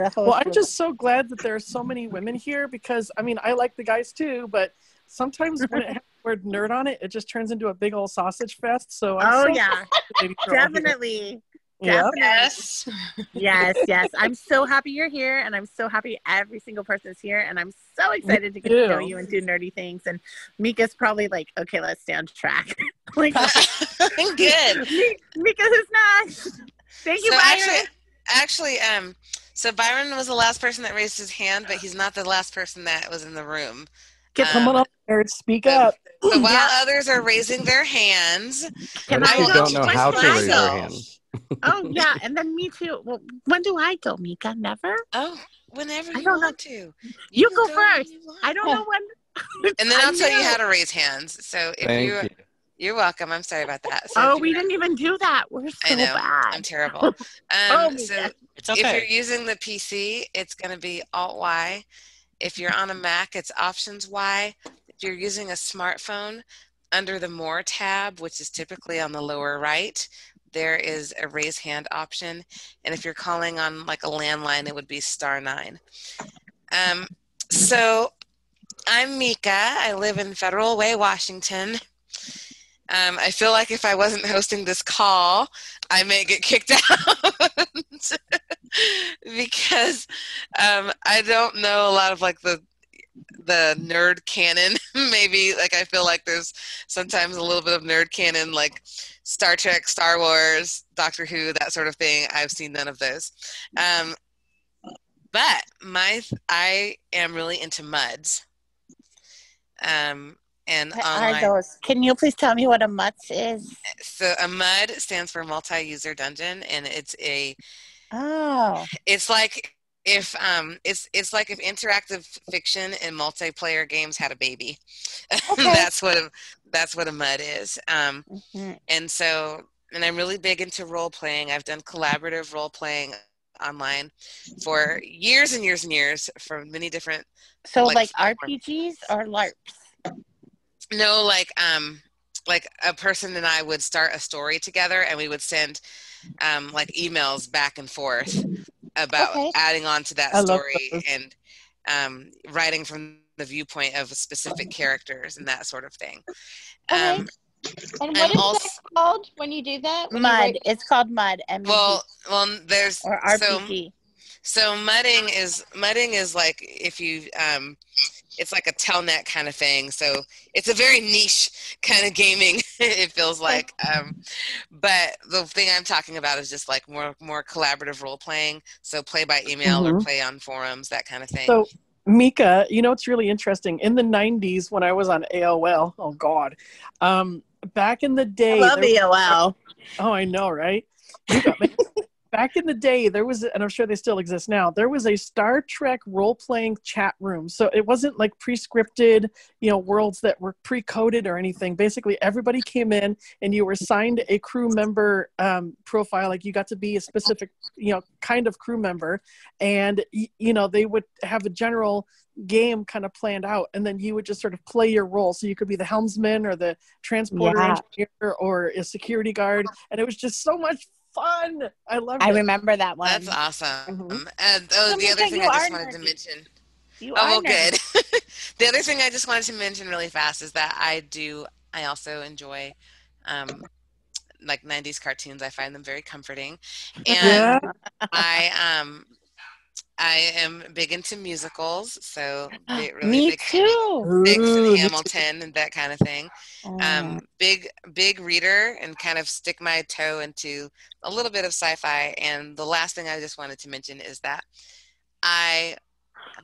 A: And the host
J: Well, I'm
A: was-
J: just so glad that there are so many women here because I mean, I like the guys too, but sometimes when it has the word nerd on it, it just turns into a big old sausage fest. So I'm
A: Oh,
J: so
A: yeah.
J: glad that lady girl here.
A: definitely. Definitely.
J: Yep.
A: Yes. yes, yes. I'm so happy you're here, and I'm so happy every single person is here, and I'm so excited to get to know
J: too.
A: you and do nerdy things. And Mika's probably like, okay, let's stay on track. like,
B: Good.
A: Mi- Mika is next. Thank you,
B: so
A: Byron.
B: actually, actually, um, so Byron was the last person that raised his hand, but he's not the last person that was in the room.
J: Get someone
S: Uh,
J: up there and speak up.
B: But while others are raising their hands,
A: Can
E: What if
A: I
E: you
A: go
E: don't
A: to
E: know
A: my
E: how to raise your
A: slides?
E: hand?
A: oh yeah, and then me too. Well, when do I go, Mika? Never.
B: Oh, whenever
A: I
B: you
A: don't know.
B: want to. You,
A: You
B: can
A: go
B: when
A: first.
B: you want.
A: I don't know when.
B: And then I'll
A: I
B: tell you
A: know.
B: how to raise hands. So if
E: Thank
B: you,
E: you.
B: you. are welcome. I'm sorry about that. So if
A: Oh,
B: you-
A: we didn't even do that. We're so
B: I know.
A: bad.
B: I'm terrible. Um,
A: Oh, my
B: so
A: God.
Q: It's
B: if
Q: okay.
B: you're using the PC, it's going to be Alt Y. If you're on a Mac, it's Options Y. If you're using a smartphone, under the More tab, which is typically on the lower right, there is a raise hand option. And if you're calling on like a landline, it would be star nine. Um, so I'm Mika. I live in Federal Way, Washington. Um, I feel like if I wasn't hosting this call, I may get kicked out because um, I don't know a lot of like the the nerd canon. Maybe like I feel like there's sometimes a little bit of nerd canon, like Star Trek, Star Wars, Doctor Who, that sort of thing. I've seen none of those. Um, but my I am really into muds. Um, and
A: What
B: online.
A: are those? Can you please tell me what a mutz is?
B: So a MUD stands for multi-user dungeon, and it's a
A: Oh,
B: it's like if um it's it's like if interactive fiction and multiplayer games had a baby. that's what a, that's what a MUD is. Um,
A: Mm-hmm.
L: Mm.
B: and so and I'm really big into role playing. I've done collaborative role playing online for years and years and years for many different
A: so like,
B: platforms.
A: RPGs or LARPs?
B: No, like um like a person and I would start a story together and we would send um like emails back and forth about
A: Okay.
B: adding on to that
J: I love
B: story
J: those.
B: and um writing from the viewpoint of specific characters and that sort of thing. Um
C: And
B: I'm
C: what is
B: also-
C: that called when you do that? When you
A: Mud.
C: write-
A: It's called mud. M U D.
B: well well there's
A: or
B: so
A: RPG.
B: So mudding is mudding is like if you um it's like a telnet kind of thing. So it's a very niche kind of gaming it feels like um but the thing I'm talking about is just like more more collaborative role playing. So play by email or
A: Mm-hmm.
J: Mhm.
B: play on forums, that kind of thing.
J: So, Mika, you know, it's really interesting. In the 90s, when I was on AOL, oh God, um, back in the day.
A: love
J: there-
A: AOL.
J: Oh, I know, right? You got me. back in the day, there was, and I'm sure they still exist now, there was a Star Trek role playing chat room. So it wasn't like pre scripted, you know, worlds that were pre coded or anything. Basically, everybody came in and you were assigned a crew member um, profile. Like you got to be a specific, you know, kind of crew member. And, y- you know, they would have a general game kind of planned out and then you would just sort of play your role so you could be the helmsman or the transporter
A: Yeah.
J: engineer or a security guard and it was just so much fun i loved
A: I
J: it
A: remember that one.
B: That's awesome. And oh,
A: mm-hmm. So,
B: the other
A: Mika,
B: thing
A: you
B: I just
A: are
B: wanted to
A: nerdy.
B: mention
A: You
B: oh, well,
A: are nerdy.
B: good. the other thing I just wanted to mention really fast is that I do, I also enjoy um, like 90s cartoons. I find them very comforting. And I, um, I am big into musicals, so bi- really
A: Me
B: big,
A: too.
B: Biggs
A: Ooh, Oh. me too.
B: and Hamilton and that kind of thing. Um, big, big reader, and kind of stick my toe into a little bit of sci-fi. And the last thing I just wanted to mention is that I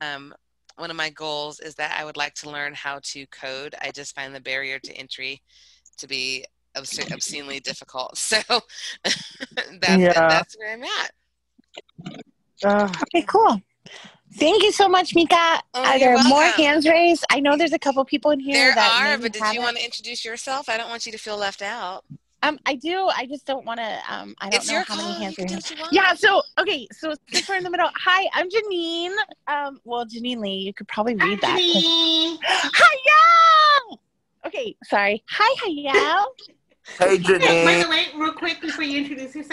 B: um, one of my goals is that I would like to learn how to code. I just find the barrier to entry to be obsc- obscenely difficult. So that's
J: Yeah.
B: that's where I'm at.
A: okay, cool. Thank you so much, Mika. are there
B: Oh, you're
A: more
B: welcome.
A: hands raised? I know there's a couple people in here
B: There
A: that
B: are,
A: maybe
B: but did you
A: haven't-
B: want to introduce yourself? I don't want you to feel left out.
A: Um, I do. I just don't want to. Um, I don't
B: It's
A: know
B: your
A: how
B: call.
A: many hands
B: You
A: are
B: can
A: here.
B: do what you want.
A: Yeah. So okay. So since we're in the middle. Hi, I'm Janine. Um, well, Janine Lee. You could probably read that. 'cause- Hayao. Okay. Sorry. Hi, Hayao.
N: Hey, Janine.
K: By the way, real quick before you introduce yourself,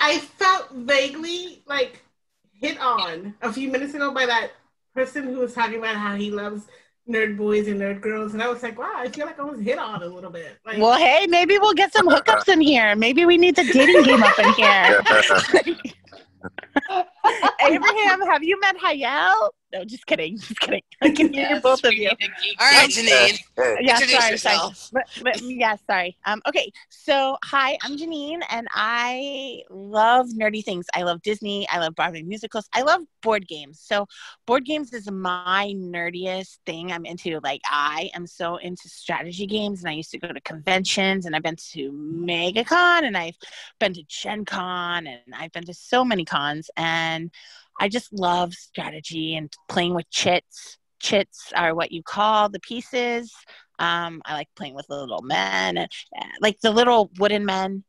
K: I, I felt vaguely like hit on a few minutes ago by that person who was talking about how he loves nerd boys and nerd girls, and I was like, wow, I feel like I was hit on a little bit. Like,
A: Well, hey, maybe we'll get some hookups in here. Maybe we need the dating game up in here. Abraham, have you met Hayao? No, just kidding. Just kidding. I can hear both of you.
B: All right, Janine.
A: Yeah,
B: Introduce
A: sorry, sorry.
B: yourself.
A: But, but yeah, sorry. Um, okay, so hi, I'm Janine, and I love nerdy things. I love Disney. I love Broadway musicals. I love board games. So, board games is my nerdiest thing I'm into. Like, I am so into strategy games, and I used to go to conventions, and I've been to MegaCon, and I've been to Gen Con, and I've been to so many cons, and I just love strategy and playing with chits. Chits are what you call the pieces. Um, I like playing with little men, uh, like the little wooden men.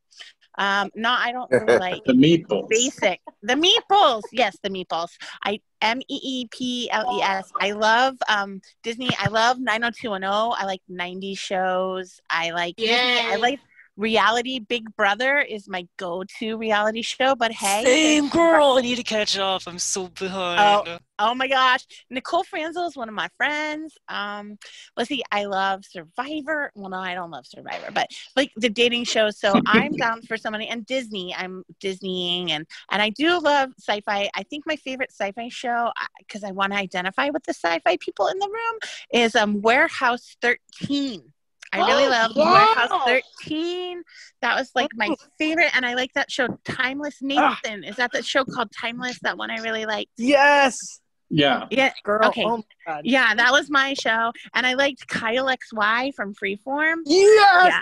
A: Um, no, I don't really like
R: the meatballs.
A: basic. The meatballs, yes, the meatballs. I M E E P L E S. I love um, Disney. I love 90210. I like 90 shows. I like Disney. I
K: Yay.
A: like reality. Big Brother is my go-to reality show. But hey,
Q: Same
A: there's-
Q: girl. I need to catch up. I'm so behind.
A: Oh, oh my gosh. Nicole Franzel is one of my friends. Um, let's see, I love Survivor. Well, no, I don't love Survivor, but like the dating show. So I'm down for somebody and Disney. I'm Disneying and and I do love sci-fi. I think my favorite sci-fi show because I want to identify with the sci-fi people in the room is um Warehouse 13. I really
L: Oh,
A: love
L: yes.
A: Warehouse 13. That was like my favorite, and I like that show Timeless Nathan. Is that the show called Timeless? That one I really liked.
J: Yes.
R: Yeah.
A: Yeah.
J: Girl.
A: Okay.
J: Oh my God.
A: Yeah, that was my show, and I liked Kyle XY from Freeform.
J: Yes!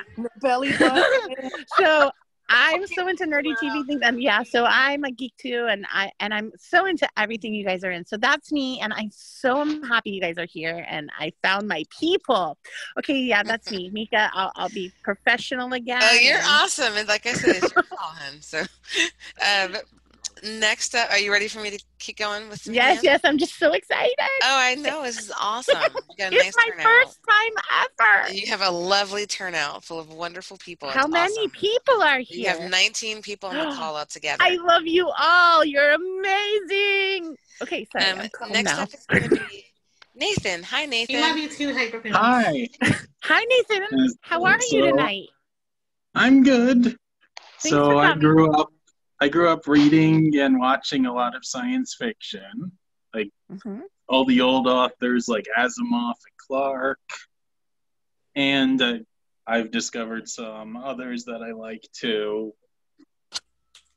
J: Belly
A: Yeah. so I'm so into nerdy TV things, and yeah, so I'm a geek too, and I and I'm so into everything you guys are in. So that's me, and I'm so happy you guys are here, and I found my people. Okay, yeah, that's me, Mika. I'll, I'll be professional again.
B: Oh, you're awesome. And like I said, it's your call, hun. So, uh, but next up, are you ready for me to keep going with some
A: Yes,
B: hands?
A: yes, I'm just so excited.
B: Oh, I know. This is awesome. You got a
A: It's
B: nice
A: my
B: turnout.
A: first time ever.
B: You have a lovely turnout full of wonderful people. It's
A: How many
B: awesome.
A: people are
B: You
A: here?
B: have 19 people on the call altogether.
A: I love you all. You're amazing. Okay, sorry.
B: Um,
A: I'm calm
B: next
A: now.
B: up is going to be Nathan. Hi, Nathan.
K: love you too, Hyperpixel.
R: Hi.
A: Hi, Nathan. How are you
R: So-
A: tonight?
R: I'm good. So
A: for
R: I
A: coming.
R: grew up I grew up reading and watching a lot of science fiction. Like all the old authors like Asimov and Clark. And uh, I've discovered some others that I like too.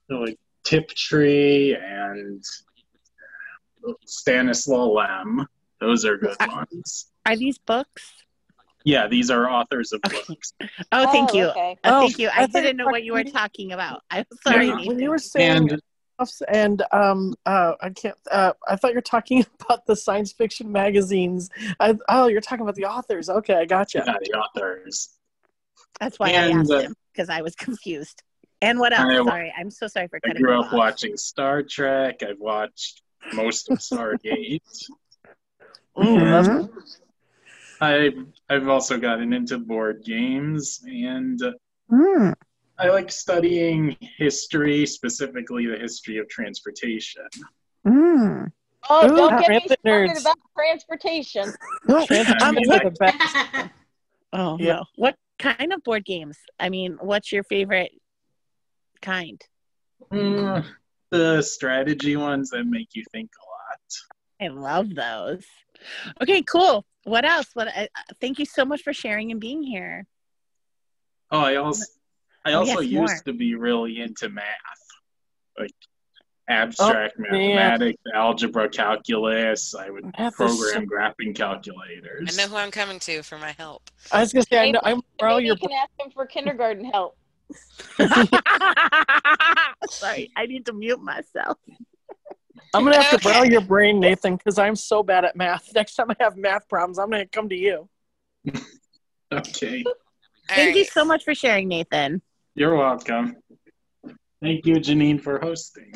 R: So, Like Tiptree and Stanislaw Lem. Those are good ones.
A: Are these books?
R: Yeah, these are authors of books.
A: Oh, thank
J: Oh,
A: you.
J: okay.
A: Oh,
J: Oh,
A: thank you. I,
J: I thought
A: didn't
J: you
A: know
J: were
A: what you were
J: talking-
A: talking about. I'm sorry,
R: Yeah.
A: Nathan.
J: When you were saying
R: And-
J: stuffs and um uh I can't uh I thought you're talking about the science fiction magazines. I, oh, you're talking about the authors. Okay, I gotcha.
R: Yeah, the authors.
A: That's why I
R: And,
A: asked
R: uh,
A: him because I was confused. And what else?
R: I-
A: sorry, I'm so sorry for
R: I
A: cutting you
R: grew up
A: off.
R: watching Star Trek. I've watched most of Stargate.
J: Mhm.
R: I I've also gotten into board games, and uh, I like studying history, specifically the history of transportation.
A: Mm.
C: Oh,
J: Ooh,
C: don't get me
J: rampant
C: started
J: nerds.
C: about transportation.
J: I'm
R: mean,
J: into
R: I-
J: the best. Oh
A: Yeah. What kind of board games? I mean, what's your favorite kind?
R: Mm, the strategy ones that make you think a lot.
A: I love those. Okay, cool. What else? What? I, I- thank you so much for sharing and being here.
R: Oh, I also I
A: Oh,
R: also
A: yes,
R: used
A: more.
R: to be really into math. Like abstract
J: Oh, man.
R: mathematics, algebra, calculus. I would
J: Math is
R: program
J: so-
R: graphing
B: I
R: calculators.
B: know who I'm coming to for my help.
J: I was gonna say, I know, I'm borrow
C: Maybe
J: your.
C: you can ask him for kindergarten help.
A: Sorry, I need to mute myself.
J: I'm gonna have to borrow your brain, Nathan, because I'm so bad at math. Next time I have math problems, I'm gonna come to you.
R: Okay.
A: Thank you so much for sharing, Nathan.
R: You're welcome. Thank you, Janine, for hosting.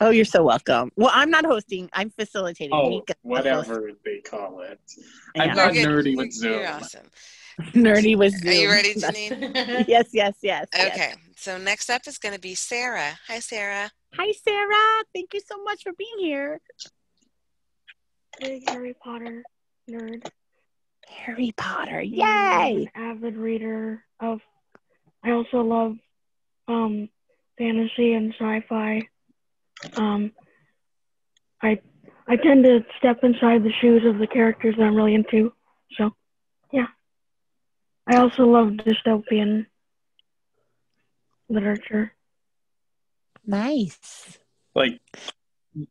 A: Oh, you're so welcome. Well, I'm not hosting. I'm facilitating.
R: Oh,
A: Mika's the host.
R: whatever they call it.
A: Yeah.
R: I'm not
A: You're
R: nerdy with Zoom.
A: Nerdy with Zoom.
B: Are you ready,
A: That's-
B: Janine?
A: yes, yes, yes. yes.
B: Okay, so next up is going to be Sarah. Hi, Sarah.
A: Hi, Sarah. Thank you so much for being here.
O: Big Harry Potter nerd.
A: Harry Potter,
O: And
A: yay!
O: I'm an avid reader of. I also love um, fantasy and sci-fi. Um, I I tend to step inside the shoes of the characters that I'm really into. So, yeah. I also love dystopian literature.
A: Nice.
R: Like,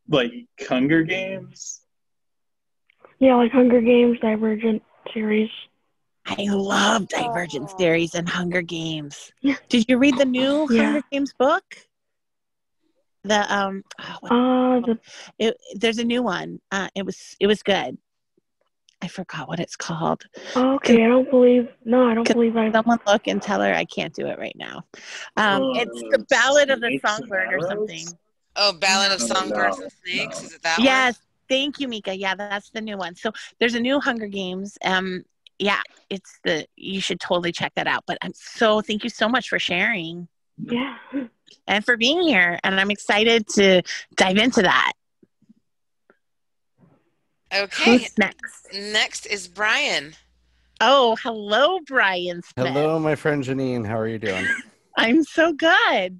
R: like Hunger Games.
O: Yeah, like Hunger Games, Divergent series.
A: I love Divergent series and Hunger Games. Did you read the new
O: Yeah.
A: Hunger Games book? The um, oh, what- it, there's a new one. Uh, it was it was good. I forgot what it's called.
O: okay, I don't believe. No, I don't believe I.
A: Someone look and tell her I can't do it right now. Um,
C: Oh,
A: it's the Ballad of the Songbird or something.
B: Oh, Ballad of
A: No, no,
B: Songbirds
A: no,
B: and Snakes. Is it that one?
A: yes, thank you, Mika. Yeah, that's the new one. So there's a new Hunger Games. Um, yeah, it's the you should totally check that out. But I'm so thank you so much for sharing
O: Yeah.
A: and for being here. And I'm excited to dive into that.
B: Okay.
A: Who's next?
B: Next is Brian.
A: Oh, hello, Brian Smith.
E: Hello, my friend Janine. How are you doing?
A: I'm so good.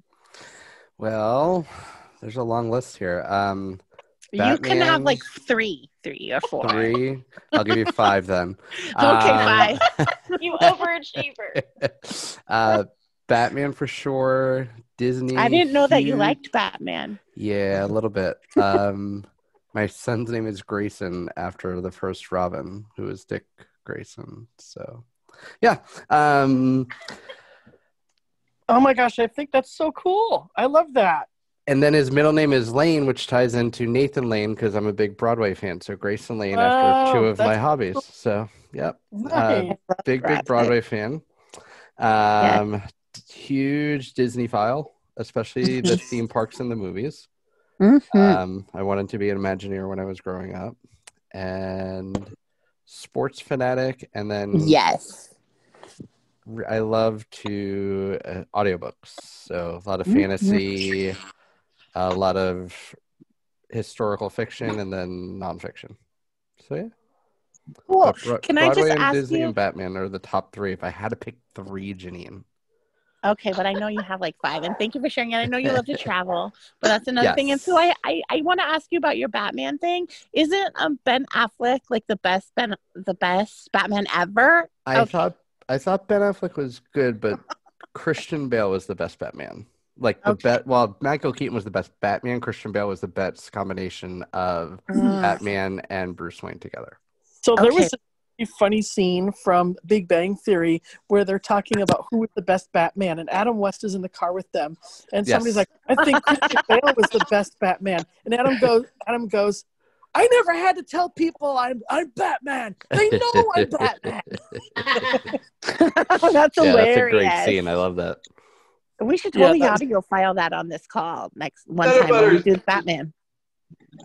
E: well, there's a long list here. Um,
A: you can have
E: Batman,
A: like three, three or four.
E: three. I'll give you five then. Um, okay,
A: Okay, five.
C: you overachiever.
E: uh, Batman for sure. Disney.
A: I didn't know that you
E: huge.
A: liked Batman.
E: Yeah, a little bit. Um, my son's name is Grayson after the first Robin, who was Dick Grayson. So, yeah. Um,
J: Oh my gosh, I think that's so cool. I love that.
E: and then his middle name is Lane, which ties into Nathan Lane because I'm a big Broadway fan. So Grayson Lane after
J: Wow,
E: two of my
J: that's
E: hobbies.
J: cool.
E: So, yep.
J: Nice.
E: Uh, big, big Broadway fan. Um, d- Huge Disney file, especially the theme parks and the movies.
A: Mm.
E: Um, I wanted to be an Imagineer when I was growing up, and sports fanatic, and then
A: Yes.
E: r- I love to uh, audiobooks. So a lot of
A: Mhm.
E: fantasy, a lot of historical fiction, and then nonfiction. So yeah,
A: Cool.
E: But Bro-
A: Can I
E: Broadway
A: just
E: and
A: ask
E: Disney
A: you?
E: and Batman are the top three. If I had to pick three, Janine.
A: Okay, but I know you have like five, and thank you for sharing. And I know you love to travel, but that's another thing. And
E: Yes.
A: so I, I, I want to ask you about your Batman thing. Isn't um, Ben Affleck like the best Ben, the best Batman ever?
E: I thought I thought Ben Affleck was good, but Christian Bale was the best Batman. Like the bet, well, Michael Keaton was the best Batman. Christian Bale was the best combination of
J: Mm.
E: Batman and Bruce Wayne together.
J: So there was a really funny scene from Big Bang Theory where they're talking about who was the best Batman, and Adam West is in the car with them, and
E: Yes.
J: somebody's like, "I think Christian Bale was the best Batman," and Adam goes, "Adam goes, I never had to tell people I'm I'm Batman. They know I'm Batman."
A: that's
E: yeah,
A: hilarious.
E: that's a great scene. I love that.
A: We should
E: Yeah,
A: totally
E: that was-
A: audio file that on this call next one
E: Better
A: time when we
E: butters.
A: do Batman.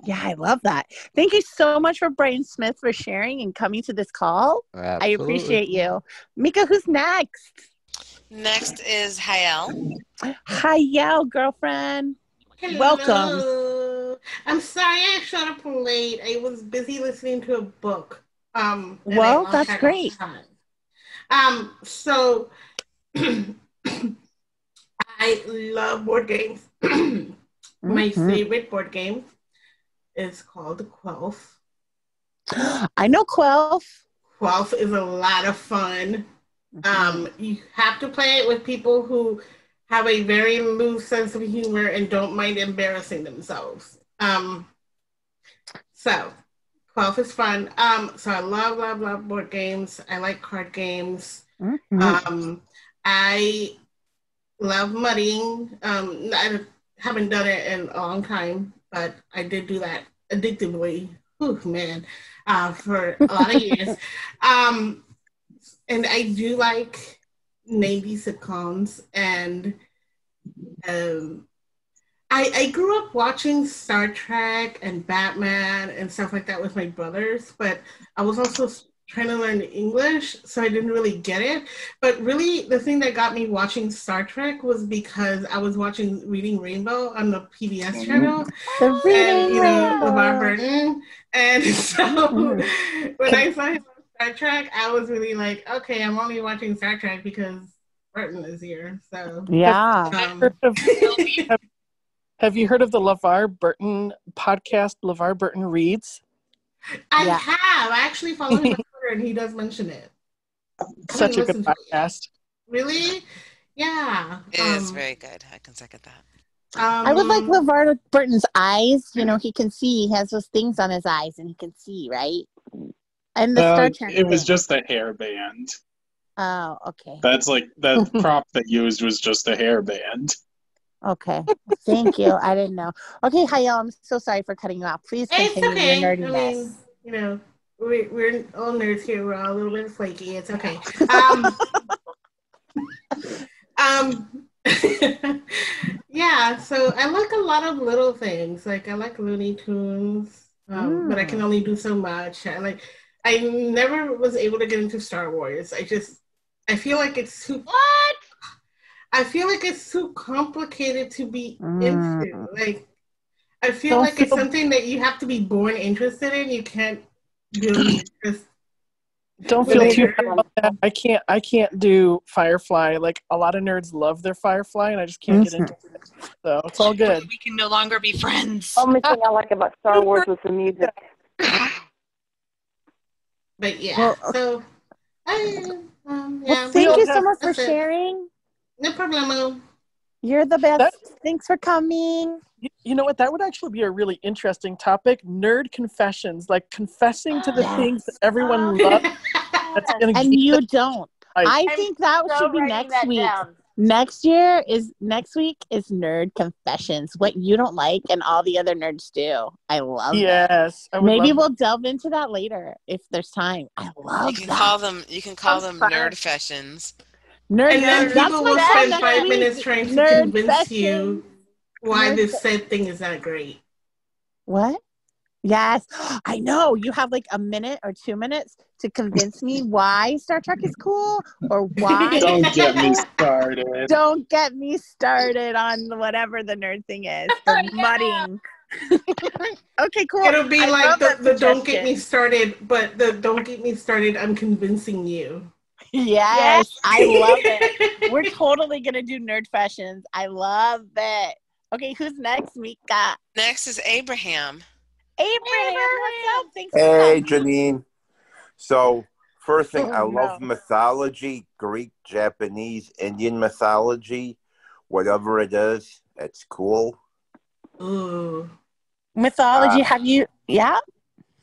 A: Yeah, I love that. Thank you so much for Brian Smith for sharing and coming to this call. I
B: Absolutely.
A: appreciate you. Mika, who's next?
B: Next is Hayel.
A: Hi, Yell, girlfriend. Welcome.
K: Hello. I'm sorry I showed up late. I was busy listening to a book. Um, and I
A: Well,
K: lost
A: that's
K: track of
A: great.
K: time. Um, so I love board games. My
A: Mhm.
K: favorite board game is called Quelf.
A: I know Quelf.
K: Quelf
A: Mm-hmm.
K: is a lot of fun. Um, you have to play it with people who have a very loose sense of humor and don't mind embarrassing themselves. Um, so, 12 is fun. Um, so I love, love, love board games. I like card games.
A: Mm. Mm-hmm.
K: Um, I love muddying. Um, I haven't done it in a long time, but I did do that addictively. Whew, man, uh, for a lot of years. Um, and I do like Navy sitcoms, and um, I, I grew up watching Star Trek and Batman and stuff like that with my brothers, but I was also s- trying to learn English, so I didn't really get it. But really, the thing that got me watching Star Trek was because I was watching Reading Rainbow on the
O: Mm-hmm.
K: PBS channel.
A: The
K: and,
A: Reading
K: you know,
A: Rainbow.
K: LeVar Burton. And so
A: Mm-hmm.
K: when I saw him on Star Trek, I was really like, okay, I'm only watching Star Trek because Burton is here. So
J: Have
K: Um,
J: you heard of- have- have you heard of the LeVar Burton podcast, LeVar Burton Reads?
K: I have. I actually follow him on Twitter, and he does mention it. I
J: Such a
K: haven't
J: good
K: listened to it yet.
J: podcast.
K: Really? Yeah.
B: It is
K: Um,
B: very good. I can second that.
A: I would like LeVar Burton's eyes. You know, he can see. He has those things on his eyes, and he can see, right? And the
R: Uh,
E: Um,
A: Star Trek.
R: it was
A: thing.
R: just a hairband.
A: Oh, okay,
R: That's like that prop that used was just a hairband.
A: okay. Thank you. I didn't know. Okay, Hayel, I'm so sorry for cutting you off. Please
K: It's
A: continue
K: okay.
A: your
K: I
A: nerdiness.
K: mean, you know, we, we're all nerds here. We're all a little bit flaky. It's okay. Um, um, yeah. So I like a lot of little things. Like I like Looney Tunes, um, but I can
A: Mm.
K: only do so much. I like. I never was able to get into Star Wars. I just. I feel like it's too. What? I feel like it's too complicated to be
A: Mm.
K: into. Like. I feel
J: Don't
K: like it's
J: feel-
K: something that you have to be born interested in. You can't really just
J: Don't feel too bad about that. I can't. I can't do Firefly. Like a lot of nerds love their Firefly, and I just can't
A: Mm-hmm.
J: get into it. So it's all good.
S: We can no longer be friends.
M: Only thing I like about Star Wars was the music.
K: But yeah,
M: Well,
K: so I, um,
A: Well,
K: yeah.
A: thank you so
K: that's-
A: much for
K: that's it.
A: sharing.
K: No problemo.
A: You're the best. Thanks for coming.
J: You, you know what? That would actually be a really interesting topic: nerd confessions, like confessing to the
A: Yes.
J: things that everyone loves. That's gonna
A: And
J: keep
A: you
J: them-
A: don't.
J: Right.
A: I think that
J: so
A: should be
J: writing
A: next
J: that
A: week.
J: down.
A: Next year is next week is nerd confessions. What you don't like and all the other nerds do. I love. that.
J: Yes. I would
A: Maybe
J: love
A: we'll delve into that later if there's time. I love
B: You can
A: that.
B: call them. You can call them
A: fun.
B: nerd fashions.
A: Nerd,
K: And then
A: nerd. That's
K: people
A: my
K: will
A: goal
K: spend
A: next
K: five
A: week.
K: minutes trying to
A: Nerd
K: convince you why
A: Nerd
K: this
A: session.
K: said thing is not great.
A: What? Yes, I know. You have like a minute or two minutes to convince me why Star Trek is cool or why.
R: Don't get me started.
A: Don't get me started on whatever the nerd thing is. The mudding. okay, cool.
K: It'll be
A: I
K: like
A: love
K: the,
A: that
K: the don't get me
A: suggestion.
K: started, but the don't get me started, I'm convincing you.
A: Yes, I love it. We're totally gonna do nerd fashions. I love it. Okay, who's next, Mika?
B: Next is Abraham.
A: Abraham, what's up? Thanks for
N: Hey,
A: coming.
N: Janine. So, first thing, I
A: Oh,
N: love
A: no.
N: mythology, Greek, Japanese, Indian mythology, whatever it is. It's cool.
K: Ooh.
A: Mythology.
N: Uh,
A: have you? Yeah.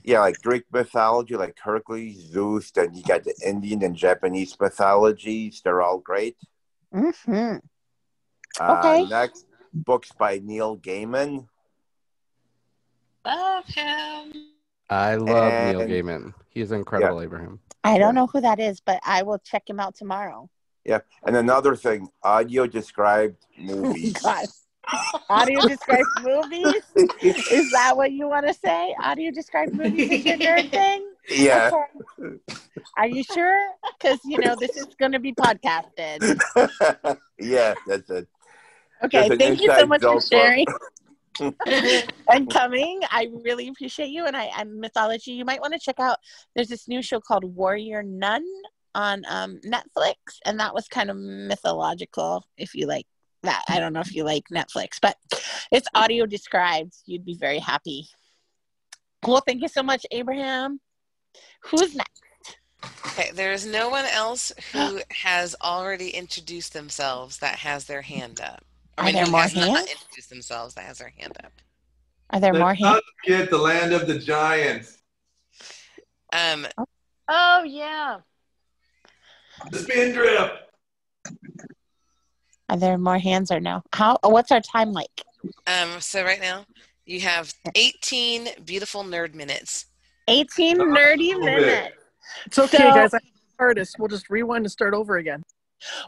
N: Yeah, like Greek mythology, like Hercules, Zeus, then you got the Indian and Japanese mythologies. They're all great.
A: hmm
N: Uh,
A: Okay.
N: Next, books by Neil Gaiman.
S: Love him.
E: I love Neil
N: And-
E: Gaiman. He's incredible, Abraham.
A: I don't know who that is, but I will check him out tomorrow.
N: Yeah. And another thing, audio described movies.
A: God. Audio described movies? Is that what you want to say? Audio described movies is your nerd thing?
N: Yeah.
A: Okay. Are you sure? Because, you know, this is going to be podcasted.
N: yeah, that's it.
A: Okay.
N: That's an
A: Thank you so
N: inside
A: much for
N: joke, but-
A: sharing and coming. I really appreciate you. And I, I'm mythology. You might want to check out, there's this new show called Warrior Nun on um, Netflix. And that was kind of mythological, if you like that. I don't know if you like Netflix, but it's audio described. You'd be very happy. Well, thank you so much, Abraham. Who's next?
B: Okay, there is no one else who has already introduced themselves that has their hand up.
A: Are there
B: who
A: more
B: has not
A: hands?
B: introduced themselves that has their hand up.
A: Are there more
G: Let's
A: hands?
G: not forget the land of the giants.
B: Um,
L: Oh yeah.
G: Spin drip.
A: Are there more hands or no? How? oh, What's our time like?
B: um, so right now you have 18 beautiful nerd minutes.
A: 18 nerdy minutes.
J: It's okay,
A: So-
J: guys. I'm the artist. We'll just rewind and start over again.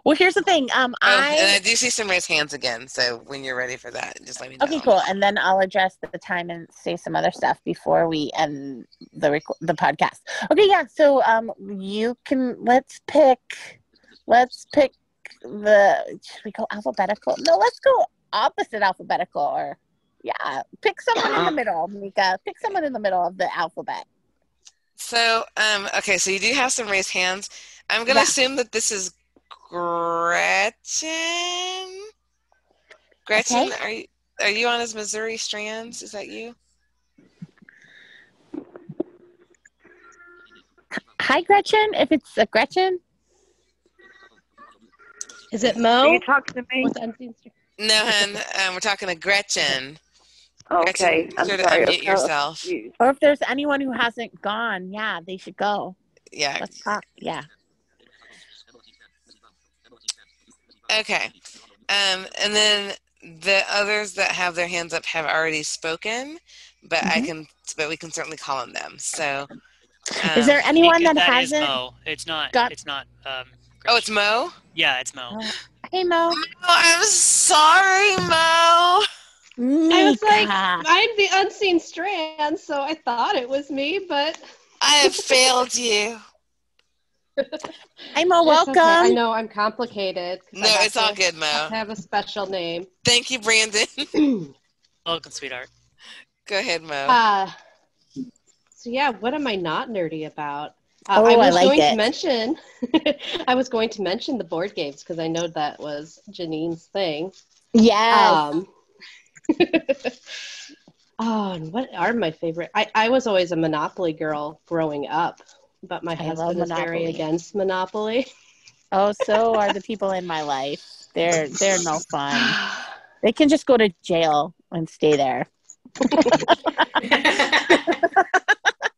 A: Well, here's the thing. Um,
B: Oh,
A: I
B: and I do see some raised hands again. So when you're ready for that, just let me know.
A: Okay, cool. And then I'll address the time and say some other stuff before we end the rec- the podcast. Okay, yeah. So um, you can let's pick, let's pick the should we go alphabetical? No, let's go opposite alphabetical. Or yeah, pick someone
T: Uh-huh.
A: in the middle, Mika. Pick someone in the middle of the alphabet.
B: So, um, okay, so you do have some raised hands. I'm gonna
A: Yeah.
B: assume that this is Gretchen. Gretchen,
A: Okay.
B: are you are you on as Missouri Strands? Is that you?
A: Hi, Gretchen. If it's a Gretchen,
T: Is it
B: Are
T: Mo?
B: you
T: talking to me?
B: No, hun. Um, we're talking to Gretchen.
A: Okay,
B: Gretchen,
A: I'm
B: sure to
A: sorry,
B: unmute
A: I felt
B: yourself.
A: or if there's anyone who hasn't gone, yeah, they should go.
B: Yeah.
A: Let's talk. Yeah.
B: Okay. Um, and then the others that have their hands up have already spoken, but I
A: Mhm.
B: can, but we can certainly call on them. So,
A: Is there
B: um,
A: anyone that,
Q: that is
A: hasn't?
Q: Mo. It's not.
A: got-
Q: it's not. Um,
B: Oh, it's Mo.
Q: yeah, it's Mo.
A: Hey, Mo.
B: I'm sorry, Mo.
T: I was like,
A: Mika.
T: I'm the unseen strand, so I thought it was me, but
B: I have failed you.
A: I'm a
T: It's okay. I
A: welcome.
T: know I'm complicated. 'cause I
B: No,
T: have
B: it's all
T: to
B: good, Mo.
T: Have a special name.
B: Thank you, Brandon.
Q: Welcome, sweetheart.
B: Go ahead, Mo.
T: Uh, so yeah, what am I not nerdy about? Uh,
A: Oh,
T: I
A: I
T: was
A: like
T: going
A: it.
T: to mention. I was going to mention the board games because I know that was Janine's thing.
A: Yes.
T: Um, oh, and what are my favorite? I, I was always a Monopoly girl growing up, but my
A: I love
T: husband is very
A: Monopoly.
T: against Monopoly.
A: Oh, so are the people in my life. They're they're no fun. They can just go to jail and stay there.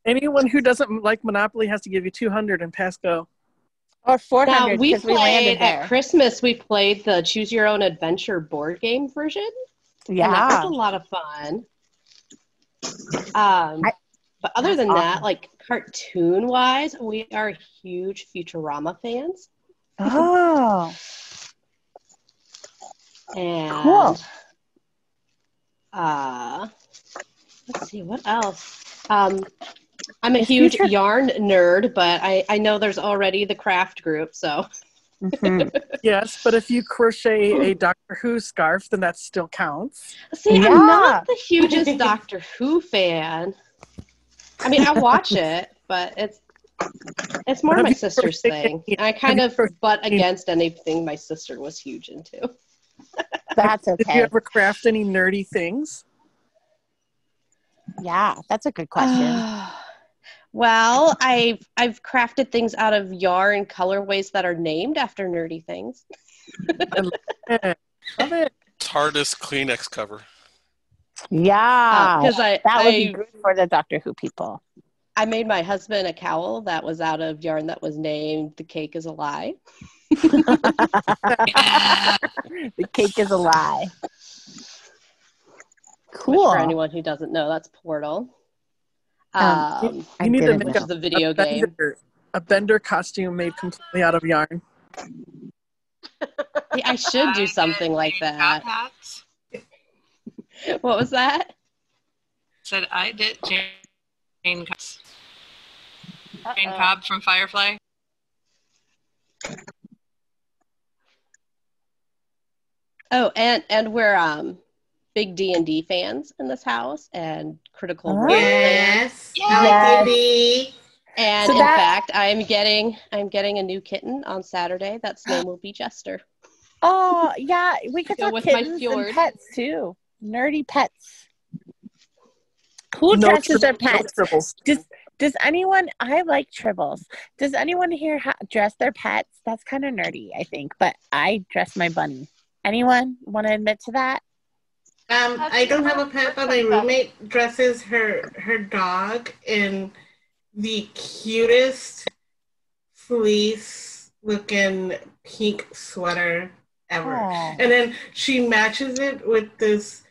J: Anyone who doesn't like Monopoly has to give you 200 and pass go.
A: Or
T: Now
A: 400
T: we
A: because we, landed
T: played
A: there.
T: at Christmas. We played the Choose Your Own Adventure board game version. and that was
A: yeah.
T: a lot of fun. Um, but other than that, like cartoon wise, we are huge Futurama fans.
A: Oh.
T: And uh, let's see what else. Um, I'm a
A: Is
T: huge
A: Future-
T: yarn nerd, but I, I know there's already the craft group, so
J: Mm-hmm. yes, but if you crochet a Doctor Who scarf, then that still counts.
T: See, I'm not the hugest Doctor Who fan. I mean, I watch it, but it's it's more
J: Have
T: my
J: you
T: sister's
J: crocheted-
T: thing. I kind
J: you
T: of butt against anything my sister was huge into.
A: That's
J: Did
A: okay.
J: you ever craft any nerdy things?
A: Yeah, Ah, that's a good question.
T: Well, I've I've crafted things out of yarn colorways that are named after nerdy things.
J: Love it.
I: TARDIS Kleenex cover.
A: yeah.
T: 'cause I-
A: that would be
T: I-
A: good for the Doctor Who people.
T: I made my husband a cowl that was out of yarn that was named "The Cake Is a Lie."
A: The cake is a lie.
T: Which
A: Cool.
T: for anyone who doesn't know, that's Portal.
J: Um,
T: Um,
J: you I need to didn't make
T: which
J: know.
T: is the video
J: a
T: game.
J: Bender, a Bender costume made completely out of yarn.
T: Yeah, I should do something like that.
D: That
T: What was that?
D: said I did Jane Cobb. Jane Cobb from Firefly.
T: Oh, and and we're um big D and D fans in this house and critical
K: Oh.
T: role fans.
K: Yes. Yes.
T: And
K: So
T: in
K: that-
T: fact, I'm getting I'm getting a new kitten on Saturday. That's name will be Jester.
A: Oh yeah, we could
T: Go
A: talk
T: with my
A: kittens and
T: fjord.
A: pets too. Nerdy pets. Who
J: No
A: dresses their
J: triples, no
A: pets?
J: triples.
A: Does Does anyone? I like tribbles. Does anyone here ha- dress their pets? That's kind of nerdy, I think. But I dress my bunny. Anyone want to admit to that?
K: Um, I don't have a pet, but my roommate dresses her her dog in the cutest fleece looking pink sweater ever.
U: Aw.
K: And then she matches it with this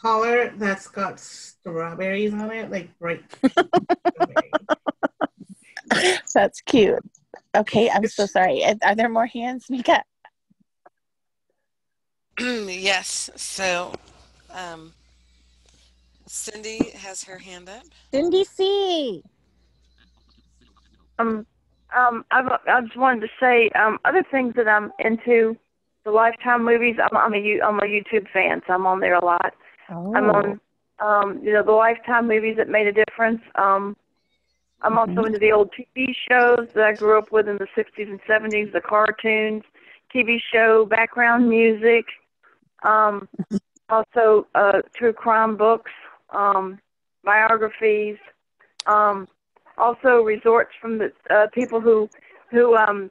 K: collar that's got strawberries on it, like bright
A: That's cute. Okay, I'm so sorry. Are- Are there more hands, Mika?
B: yes. So, um, Cindy has her hand up.
A: Cindy C.
F: Um, um, I've, I just wanted to say um, other things that I'm into. The Lifetime movies. I'm, I'm a U- I'm a YouTube fan, so I'm on there a lot. I'm on um, you know the Lifetime movies that made a difference. Um, I'm also
P: Mhm.
F: into the old TV shows that I grew up with in the 60s and 70s, the cartoons, TV show background music. Um, also uh, true crime books, um, biographies. Um, also resorts from the uh, people who who um,